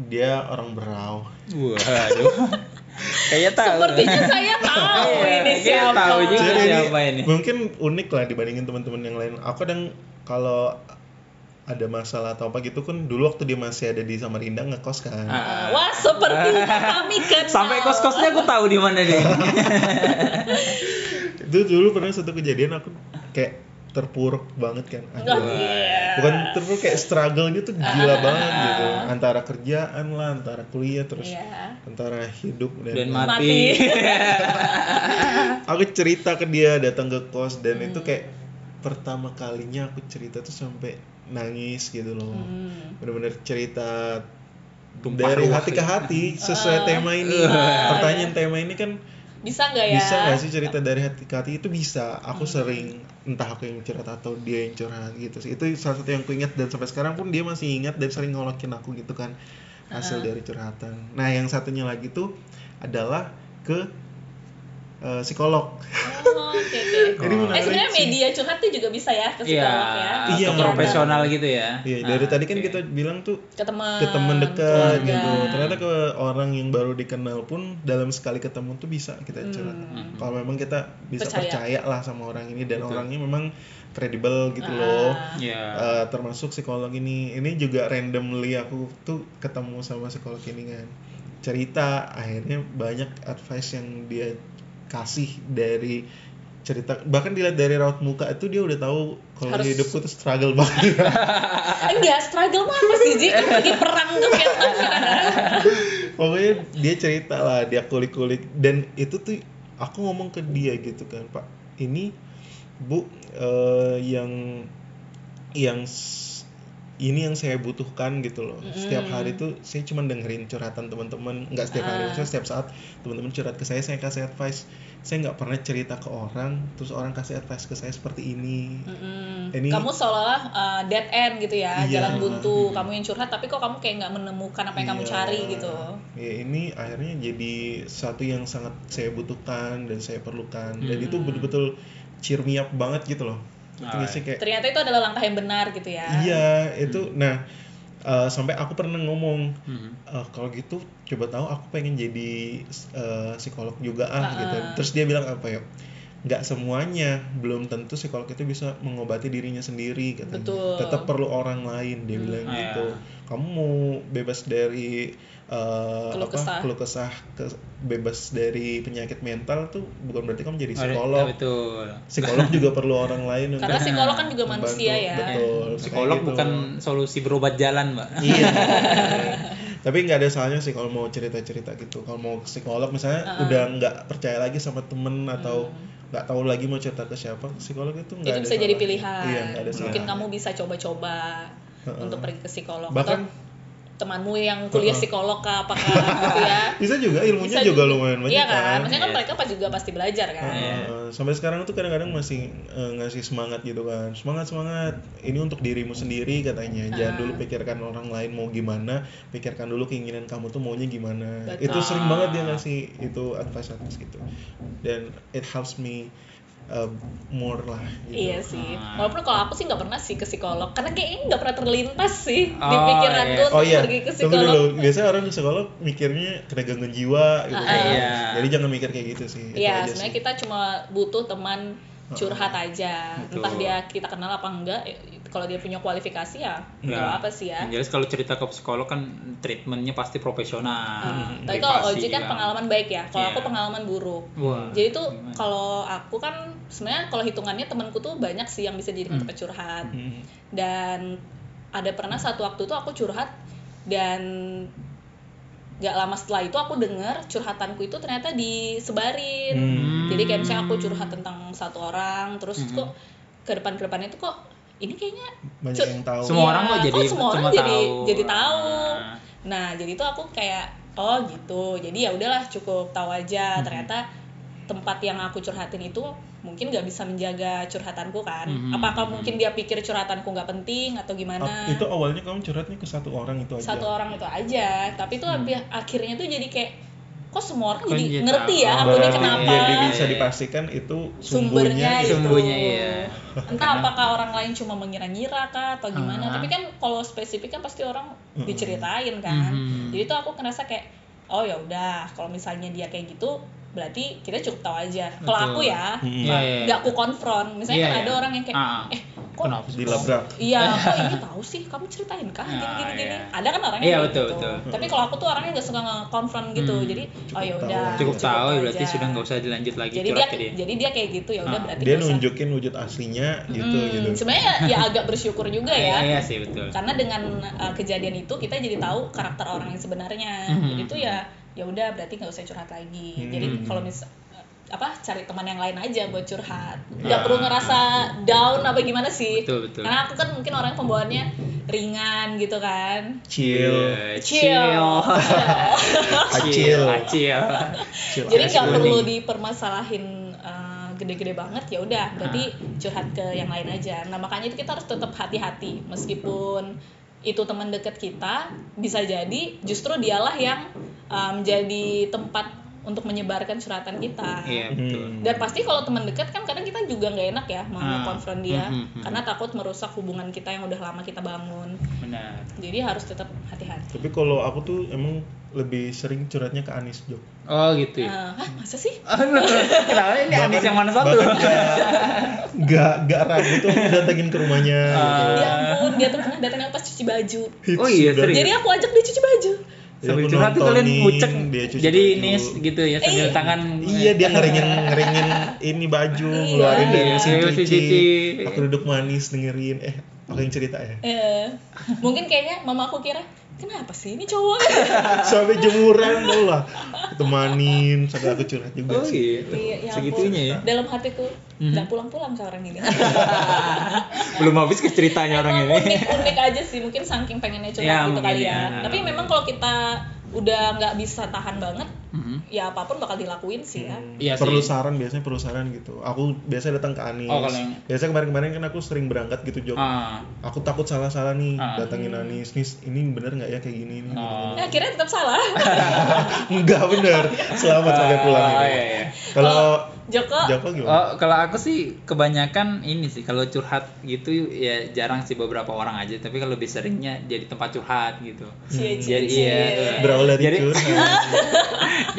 dia orang berau
Waduh. Kayaknya tahu.
Sepertinya saya tahu
Iya,
ini
kayaknya
siapa.
tahu juga.
Jadi
siapa ini?
mungkin unik lah dibandingin teman-teman yang lain aku kadang kalau ada masalah atau apa gitu kan dulu waktu dia masih ada di Samarinda ngekos kan
Ah.
Wah, seperti kami kenal.
Sampai kos-kosnya aku tahu di mana dia.
itu dulu pernah satu kejadian aku kayak terpuruk banget kan
Oh,
Aduh.
iya.
bukan terpuruk kayak struggle-nya tuh
Ah.
gila banget gitu antara kerjaan lah antara kuliah terus
Iya.
antara hidup
Dan
dan,
mati.
aku cerita ke dia datang ke kos dan
Hmm.
itu kayak pertama kalinya aku cerita tuh sampai nangis gitu loh
Hmm.
bener-bener cerita
Tumpah
dari
ruah
hati
ya.
ke hati
Ah.
sesuai tema ini pertanyaan tema ini kan
Bisa nggak ya?
bisa nggak sih cerita dari hati ke hati itu bisa aku sering entah aku yang curhat atau dia yang curhat gitu sih itu salah satu yang aku ingat dan sampai sekarang pun dia masih ingat dan sering ngolokin aku gitu kan hasil dari curhatan nah yang satunya lagi tuh adalah ke eh, psikolog
Oh, Oke, oke.
jadi
Eh
menarik
sebenarnya
sih.
media curhat tuh juga bisa ya ke
Iya,
psikolog ya.
ke
Iya.
profesional gitu ya.
Iya, dari
Ah,
tadi kan
oke.
kita bilang tuh
Ke teman.
ke teman dekat
Ah, keluarga.
gitu ternyata ke orang yang baru dikenal pun dalam sekali ketemu tuh bisa kita curhat kalau memang kita bisa
Percaya.
percaya. lah sama orang ini dan orangnya memang kredibel gitu loh
Iya.
Eh, termasuk psikolog ini ini juga randomly aku tuh ketemu sama psikolog ini kan cerita akhirnya banyak advice yang dia kasih dari cerita bahkan dilihat dari raut muka itu dia udah tahu kalau
Harus-
hidupku tuh struggle banget
Enggak, struggle mah apa sih, Ji? Kan lagi perang tuh Vietnam kan? kadang-kadang.
pokoknya dia cerita lah dia kulik-kulik dan itu tuh aku ngomong ke dia gitu kan pak ini bu eh, yang yang s- ini yang saya butuhkan gitu loh setiap hari tuh saya cuma dengerin curhatan teman-teman nggak setiap
Ah.
hari maksudnya setiap saat teman-teman curhat ke saya saya kasih advice saya nggak pernah cerita ke orang terus orang kasih advice ke saya seperti ini
Mm-mm.
Ini-
Kamu seolah-olah uh, dead end gitu ya,
Iya.
jalan buntu. Kamu yang curhat tapi kok kamu kayak nggak menemukan apa yang kamu
Iya.
cari gitu.
Ya ini akhirnya jadi satu yang sangat saya butuhkan dan saya perlukan. Dan itu betul-betul cheer me up banget gitu loh. Itu
Alright.
ngisi kayak
Ternyata itu adalah langkah yang benar gitu ya.
iya itu nah eh, sampai aku pernah ngomong
Mhm.
"Eh, kalau gitu coba tahu aku pengen jadi eh, psikolog juga ah gitu. Terus dia bilang apa ya? nggak semuanya belum tentu psikolog itu bisa mengobati dirinya sendiri katanya
Betul. Hmm.
tetap perlu orang lain dia bilang
Ah,
gitu
ya.
kamu mau bebas dari eh,
Keluh kesah.
apa keluh kesah ke- bebas dari penyakit mental tuh bukan berarti kamu jadi
Ada-
psikolog
Iya, Betul.
psikolog juga perlu orang lain untuk
Karena psikolog kan juga
membantu.
manusia ya.
betul
Psikolog
Kayak Iya, gitu.
bukan solusi berobat jalan, Mbak.
iya tapi nggak ada salahnya sih kalau mau cerita cerita gitu kalau mau ke psikolog misalnya udah nggak percaya lagi sama temen atau nggak tahu lagi mau cerita ke siapa psikolog itu nggak
Hmm. Itu
ada
bisa jadi
salahnya.
pilihan.
iya nggak ada
Mungkin
salahnya.
kamu bisa coba-coba untuk pergi ke psikolog
bahkan
atau temanmu yang kuliah
Heeh.
psikolog kah, apakah gitu ya.
bisa juga ilmunya
Bisa
juga lumayan banyak
Iya kan? Maksudnya kan
Iya.
mereka pas juga pasti belajar kan.
Heeh, Eh, sampai sekarang tuh kadang-kadang masih eh, ngasih semangat gitu kan semangat semangat ini untuk dirimu sendiri katanya
Ah.
jangan dulu pikirkan orang lain mau gimana pikirkan dulu keinginan kamu tuh maunya gimana
Betul.
itu sering banget dia ngasih itu advice advice gitu dan it helps me eh, more lah gitu.
Iya sih.
Ah.
Walaupun kalau aku sih nggak pernah sih ke psikolog, karena kayaknya nggak pernah terlintas sih di
Oh, iya.
pikiranku
Gitu
untuk
Oh iya,
pergi ke
tunggu
psikolog.
dulu. Biasanya orang ke psikolog mikirnya kena gangguan jiwa gitu
Ah,
kan.
iya.
Jadi jangan mikir kayak gitu sih. Itu
Iya,
aja
sebenarnya
sih.
kita cuma butuh teman curhat aja.
Betul.
Entah dia kita kenal apa enggak, eh, kalau dia punya kualifikasi ya
Nggak.
nggak apa sih ya
Yang jelas kalau cerita ke psikolog kan treatmentnya pasti profesional.
Hmm,
Uh, tapi kalau
privasi,
ojek kan
Hmm. ya.
pengalaman baik ya kalau aku
Iya.
pengalaman buruk
Wah,
jadi tuh
gimana?
kalau aku kan sebenarnya kalau hitungannya temanku tuh banyak sih yang bisa jadi
Hmm.
tempat curhat
Hmm.
dan ada pernah satu waktu tuh aku curhat dan gak lama setelah itu aku denger curhatanku itu ternyata disebarin
Hmm.
jadi kayak misalnya aku curhat tentang satu orang terus
Hmm.
kok ke depan ke depannya tuh kok ini kayaknya
banyak
Cuk.
yang tahu
semua
Iya,
orang kok
kok
jadi
semua orang
cuma
jadi-
tahu.
jadi tahu.
Ah.
nah jadi tuh aku kayak oh gitu jadi ya udahlah cukup tahu aja
Mhm.
ternyata tempat yang aku curhatin itu mungkin gak bisa menjaga curhatanku kan
Mhm.
apakah mungkin dia pikir curhatanku nggak penting atau gimana
Ap- itu awalnya kamu curhatnya ke satu orang itu aja
satu orang itu aja tapi tuh
Hmm.
abis- akhirnya tuh jadi kayak kok semua orang
Kan
jadi
dia
ngerti
tahu.
ya aku ini
berarti
kenapa
jadi bisa
Iya.
dipastikan itu
sumbernya
sumbernya,
itu.
itu
Sumbernya, iya.
entah apakah orang lain cuma mengira-ngira kah atau gimana
Ah.
tapi kan kalau spesifik kan pasti orang
Mm-mm.
diceritain kan
Mhm.
jadi tuh aku ngerasa kayak oh ya udah kalau misalnya dia kayak gitu berarti kita cukup tahu aja kalau
Betul.
aku ya
Mm-mm.
Iya, iya.
nggak aku konfront misalnya
Iya,
kan ada
iya.
orang yang kayak
Ah.
eh kok
Kenapa sih?
dilabrak
Iya, kok ini tahu sih? Kamu ceritain kah? Gini
Ah,
gini gini.
iya.
Ada kan orangnya
Iya,
kayak
betul,
gitu.
betul.
Tapi kalau aku tuh orangnya nggak suka nge-confront gitu.
Hmm.
Jadi
Cukup
oh ya
tahu
udah.
aja.
cukup tahu
aja.
berarti sudah nggak usah dilanjut lagi
Jadi dia,
curhat ke dia.
jadi dia kayak gitu ya udah
Ah.
berarti
dia
nggak usah.
nunjukin wujud aslinya gitu
Hmm,
gitu
Sebenarnya ya agak bersyukur juga
Iya,
ya.
iya sih betul.
Karena dengan uh, kejadian itu kita jadi tahu karakter orang yang sebenarnya.
Mhm.
Jadi tuh ya ya udah berarti nggak usah curhat lagi.
Hmm.
Jadi kalau mis apa cari teman yang lain aja buat curhat.
Ah.
Nggak perlu ngerasa down apa gimana sih.
Betul betul.
Karena aku kan mungkin orang pembawaannya ringan gitu kan.
chill
Iya,
Acil.
Acil.
chill
Jadi
Acil
nggak perlu
nih.
dipermasalahin eh, gede-gede banget ya udah berarti curhat ke yang lain aja. Nah makanya itu kita harus tetap hati-hati meskipun itu teman dekat kita bisa jadi justru dialah yang eh, menjadi tempat untuk menyebarkan curhatan kita.
Iya betul.
Hmm.
Dan pasti kalau teman dekat kan kadang kita juga nggak enak ya mau
Ah.
konfront dia
Mhm, mhm.
karena takut merusak hubungan kita yang udah lama kita bangun.
Benar.
Jadi harus tetap hati-hati.
tapi kalau aku tuh emang lebih sering curhatnya ke Anis Jok
Oh gitu. ya.
Eh, hah, masa sih?
Kenapa ini Anis yang mana satu?
bahkan nggak- nggak nggak ragu tuh aku datengin ke rumahnya gitu.
Ya ampun, dia tuh pernah datang pas cuci baju.
Hits
Ah. Oh iya,
sudah.
sering.
Jadi aku ajak dia cuci baju.
Jadi
Sambil
aku
curhat tuh
nontonin,
kalian ngucek.
dia cuci
Jadi
baju.
nis gitu ya sambil
Eh.
tangan.
Iya dia ngeringin ngeringin ini baju
Iya.
ngeluarin dari
Iya,
mesin
mesin cuci.
cuci. Aku duduk manis dengerin eh aku yang cerita ya.
Eh, mungkin kayaknya mama aku kira, kenapa sih ini cowok?
Sampai jemuran dulu lah. Temanin sampai aku curhat juga
Oh
sih.
gitu.
Iya, ya ampun.
Segitunya ya.
Dalam hatiku,
Mhm.
nggak pulang-pulang ke orang ini.
Belum habis ke ceritanya Iya, orang ini.
Unik-unik aja sih, mungkin saking pengennya curhat
Ya,
gitu
mungkin
kali
ya.
ya. Tapi memang kalau kita udah nggak bisa tahan banget,
Mhm.
ya apapun bakal dilakuin sih ya.
Hmm,
Iya sih.
perlu saran biasanya perlu saran gitu. Aku biasa datang ke Anis.
Oh, kalau yang-
Biasa kemarin-kemarin kan aku sering berangkat gitu Jok.
Ah.
Aku takut salah-salah nih
Ah.
datangin Anis. Nis ini bener nggak ya kayak gini nih?
Oh.
Nah, akhirnya tetap salah.
Enggak bener. Selamat sampai pulang.
Oh,
gitu.
iya, iya.
Kalau
Joko,
Joko gimana?
Oh, kalau aku sih kebanyakan ini sih kalau curhat gitu ya jarang sih beberapa orang aja tapi kalau lebih seringnya jadi tempat curhat gitu.
cie, cie,
Jadi
cie. Oh,
iya.
Berawal dari
Jadi-
curhat.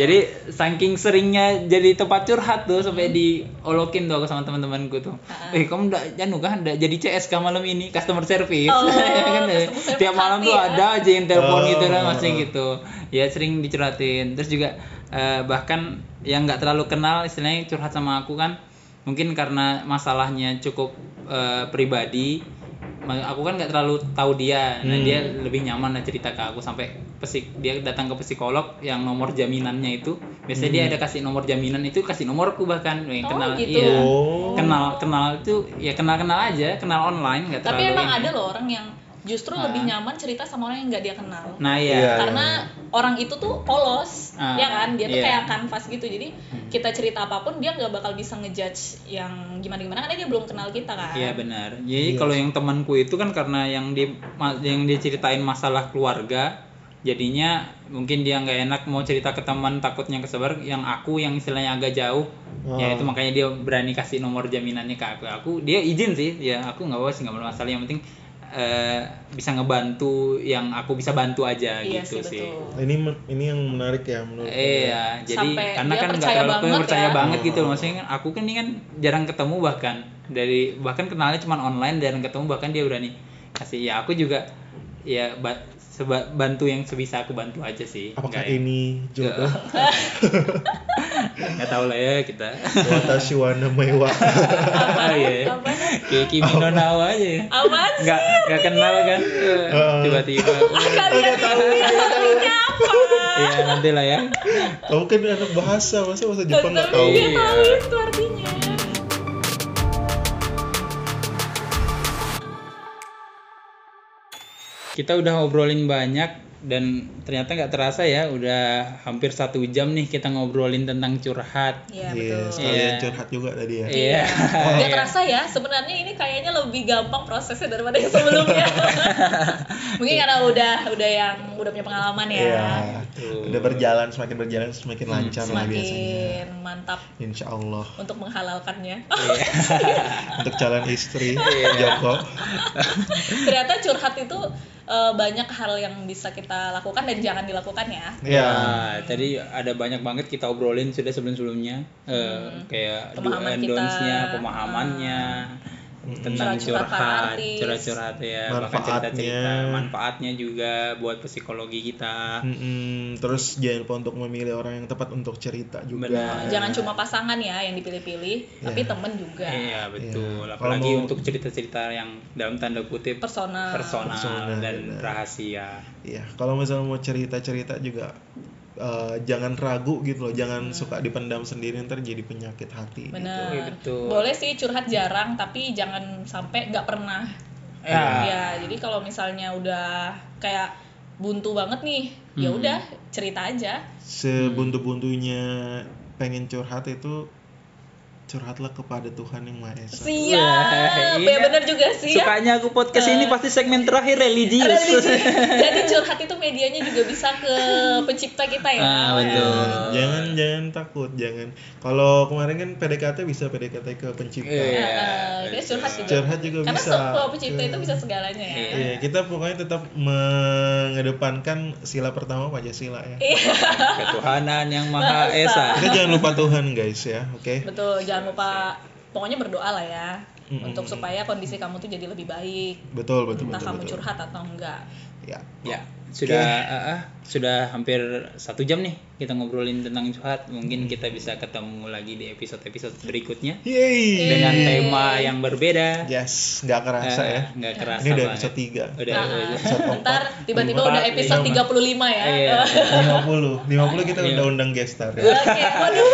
Jadi saking seringnya jadi tempat curhat tuh sampai diolokin tuh aku sama teman-temanku tuh.
Mm-hmm. Ah.
Eh kamu ndak janu kan ndak jadi CS kah malam ini customer service.
Oh,
Ya kan, eh.
customer service
Tiap malam
hati
tuh
ya.
ada aja yang telepon
Oh,
gitu kan
oh,
masih
oh.
gitu. Ya sering dicurhatin. Terus juga eh, bahkan yang nggak terlalu kenal istilahnya curhat sama aku kan mungkin karena masalahnya cukup eh, pribadi ma- aku kan nggak terlalu tahu dia nah
Hmm.
dia lebih nyaman lah cerita ke aku sampai pesik dia datang ke psikolog yang nomor jaminannya itu biasanya
Hmm.
dia ada kasih nomor jaminan itu kasih nomorku bahkan yang
Oh,
kenal
gitu.
iya
Oh.
kenal kenal itu ya kenal kenal aja kenal online nggak
Tapi
terlalu
emang
ini.
ada loh orang yang justru
Ah.
lebih nyaman cerita sama orang yang nggak dia kenal.
nah ya
Iya.
Karena orang itu tuh polos,
Ah,
ya kan? Dia tuh
iya. Hmm.
kayak kanvas gitu. Jadi kita cerita apapun dia nggak bakal bisa ngejudge yang gimana-gimana karena dia belum kenal kita kan.
Iya benar. Jadi
Iya.
kalau yang temanku itu kan karena yang di ma- yang dia ceritain masalah keluarga, jadinya mungkin dia nggak enak mau cerita ke teman takutnya kesebar. Yang aku yang istilahnya agak jauh, ya
Oh.
itu makanya dia berani kasih nomor jaminannya ke aku. Aku dia izin sih, ya aku nggak apa sih nggak masalah. Yang penting eh, eh, bisa ngebantu yang aku bisa bantu aja
iya
gitu
sih
sih.
betul
ini men- ini yang menarik ya menurut
Iya, jadi
Sampai
karena
dia
kan nggak
percaya
terlalu
banget
percaya
ya.
banget gitu loh.
Oh.
Maksudnya kan aku kan ini kan jarang ketemu bahkan dari bahkan kenalnya cuma online dan ketemu bahkan dia berani kasih ya aku juga ya ba- seba- bantu yang sebisa aku bantu aja sih.
apakah
Nggak ya.
ini jodoh
nggak tahu lah ya kita.
watashi wa namai wa
Iya. ya. Kayak Kimi no Na wa aja ya.
Apaan sih?
Nggak nggak kenal kan? Eh,
Oh.
Tiba-tiba.
Kalian ini artinya apa?
Iya nanti lah ya.
kamu kan anak bahasa masa bahasa Jepang nggak
Tapi
tahu
dia
Iya.
tahu itu artinya.
Kita udah ngobrolin banyak dan ternyata nggak terasa ya udah hampir satu jam nih kita ngobrolin tentang curhat.
Iya
Iya,
betul.
sekalian
Iya.
curhat juga tadi ya
Iya.
Gak terasa ya, sebenarnya ini kayaknya lebih gampang prosesnya daripada yang sebelumnya. Mungkin karena udah udah yang udah punya pengalaman ya.
Iya.
Betul.
udah berjalan semakin berjalan semakin
Hmm,
lancar lah biasanya
Semakin mantap
Insya Allah
untuk menghalalkannya.
Iya.
untuk calon istri
Iya.
Joko
Ternyata curhat itu eh, banyak hal yang bisa kita lakukan dan jangan dilakukan ya.
Iya
Nah, tadi ada banyak banget kita obrolin sudah sebelum-sebelumnya Eh, kayak do
Hmm. Pemahaman
and
kita.
don'ts-nya, pemahamannya tentang
Curhat-curhat para
curhat,
artis.
curhat-curhat ya, bahkan
Hmm. Manfaatnya.
cerita-cerita manfaatnya juga buat psikologi kita.
Mm-mm. terus jangan lupa untuk memilih orang yang tepat untuk cerita juga
Benar.
Jangan cuma pasangan ya yang dipilih-pilih, tapi
Iya.
temen juga.
Iya betul.
Iya. Kalau
Apalagi
mau-
untuk cerita-cerita yang dalam tanda kutip
Personal.
personal,
Personal,
dan
benar.
rahasia.
Iya, kalau misalnya mau cerita-cerita juga eh, jangan ragu gitu loh, jangan suka dipendam sendiri ntar jadi penyakit hati.
Hmm. Benar.
Iya, betul.
Boleh sih curhat jarang, tapi jangan sampai nggak pernah.
Ya.
Ya, jadi kalau misalnya udah kayak buntu banget nih, ya
Hmm.
udah cerita aja.
Sebuntu-buntunya pengen curhat itu curhatlah kepada Tuhan yang Maha Esa.
Wah,
Siap.
iya.
Ya bener juga sih ya.
Sukanya aku podcast ini pasti segmen terakhir religius.
Jadi curhat itu medianya juga bisa ke pencipta kita ya.
Ah, betul.
Nah, jangan jangan takut, jangan. Kalau kemarin kan PDKT bisa PDKT ke pencipta.
Iya.
Eh, dia curhat juga.
Curhat juga
Karena
bisa.
semua pencipta
Ke-
itu bisa segalanya ya.
Iya.
Iya, kita pokoknya tetap mengedepankan sila pertama Pancasila ya.
Iya. Ketuhanan yang Maha Esa.
Kita jangan lupa Tuhan guys ya, oke?
Betul, jangan lupa pokoknya berdoa lah ya
Mm-mm.
untuk supaya kondisi kamu tuh jadi lebih baik.
Betul, betul,
Entah
betul.
kamu
betul.
curhat atau enggak.
Ya.
Ya, sudah ah, ah, sudah hampir satu jam nih kita ngobrolin tentang curhat. Mungkin kita bisa ketemu lagi di episode-episode berikutnya
Yeay.
dengan tema yang berbeda.
Yes, nggak Iya. Ya, kerasa
Eh,
ya.
nggak
Iya.
kerasa
Ini udah
banget.
episode 3.
Ah,
Udah. udah.
Episode
Ntar tiba-tiba
empat,
udah episode
lima.
35 ya.
Iya.
50. 50 kita
Iya.
udah undang guest star. ya.
Oh, Oke, waduh,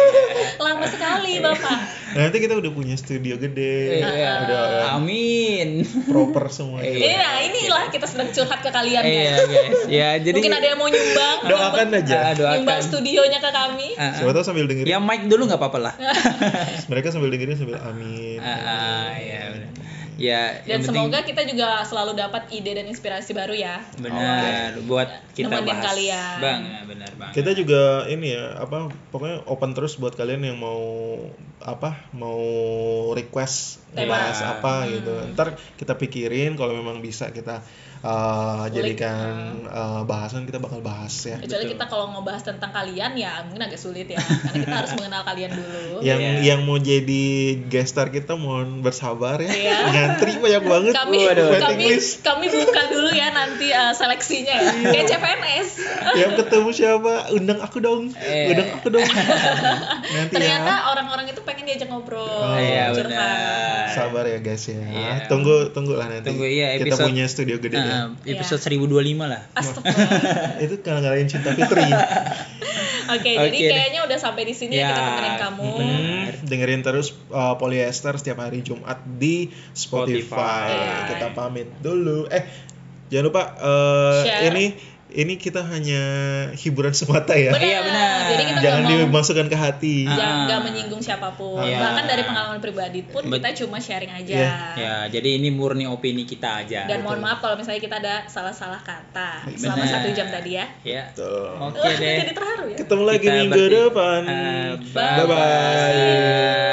lama sekali Bapak.
Nanti kita udah punya studio gede.
Iya.
Udah
Amin.
proper semua.
Iya.
Iya, nah, inilah kita sedang curhat ke kalian
Iya
guys.
guys. Ya jadi
Mungkin ada yang mau nyumbang,
Doakan aja.
Ah, doakan.
nyumbang studionya ke kami.
Ah, ah.
Siapa tahu sambil dengerin.
Ya mic dulu nggak apa-apa lah.
Mereka sambil dengerin sambil amin.
Iya. Ah, ah, ya udah. Ya,
Dan
yang penting
semoga kita juga selalu dapat ide dan inspirasi baru ya.
benar buat kita
iya. Nemenin
bahas.
kalian.
Bang, ah, benar banget.
Kita juga ini ya, apa pokoknya open terus buat kalian yang mau apa mau request
Tema. Hmm.
bahas apa gitu. Ntar kita pikirin kalau memang bisa kita uh, jadikan
Hmm.
uh, bahasan kita bakal bahas ya.
Kecuali kita kalau mau bahas tentang kalian ya mungkin agak sulit ya. Karena kita harus mengenal kalian dulu.
yang
Iya.
yang mau jadi guest star kita mohon bersabar ya
Iya.
ngantri banyak banget
Kami
Waduh.
waiting
kami
list
kami buka dulu ya nanti eh, seleksinya ya.
Iya.
Kayak CPNS.
yang ketemu siapa undang aku dong
Iya.
undang aku dong nanti
Ternyata
ya
orang-orang itu pengen diajak ngobrol,
Oh, iya
curhat.
benar.
sabar ya guys ya
Iya.
tunggu tunggu lah nanti
Tunggu, iya,
kita
episode-
punya studio gede ya
Ah,
Iya.
episode 1025 lah.
Astagfirullah.
itu kalau ngalahin cinta Fitri
Oke, jadi
Oke deh.
kayaknya udah sampai di sini ya, kita
Ya,
temenin kamu.
bener.
Hmm, dengerin terus uh, polyester setiap hari Jumat di Spotify.
Spotify.
Kita pamit dulu. Eh, jangan lupa uh,
Share.
ini ini kita hanya hiburan semata ya.
Iya, benar.
Jadi kita
Jangan
nggak mau
dimasukkan ke hati.
Ah.
jangan nggak menyinggung siapapun.
Iya.
Bahkan dari pengalaman pribadi pun
Bet-
kita cuma sharing aja.
Iya,
Ya, jadi ini murni opini kita aja.
Dan mohon
Betul.
maaf kalau misalnya kita ada salah-salah kata
Iya,
selama
Benar.
satu jam tadi ya.
Ya.
Tuh.
Oke
Wah,
deh.
jadi terharu ya.
Gitu. Ketemu lagi
Kita
minggu
berarti-
depan.
Ah,
Bye-bye.
bye-bye.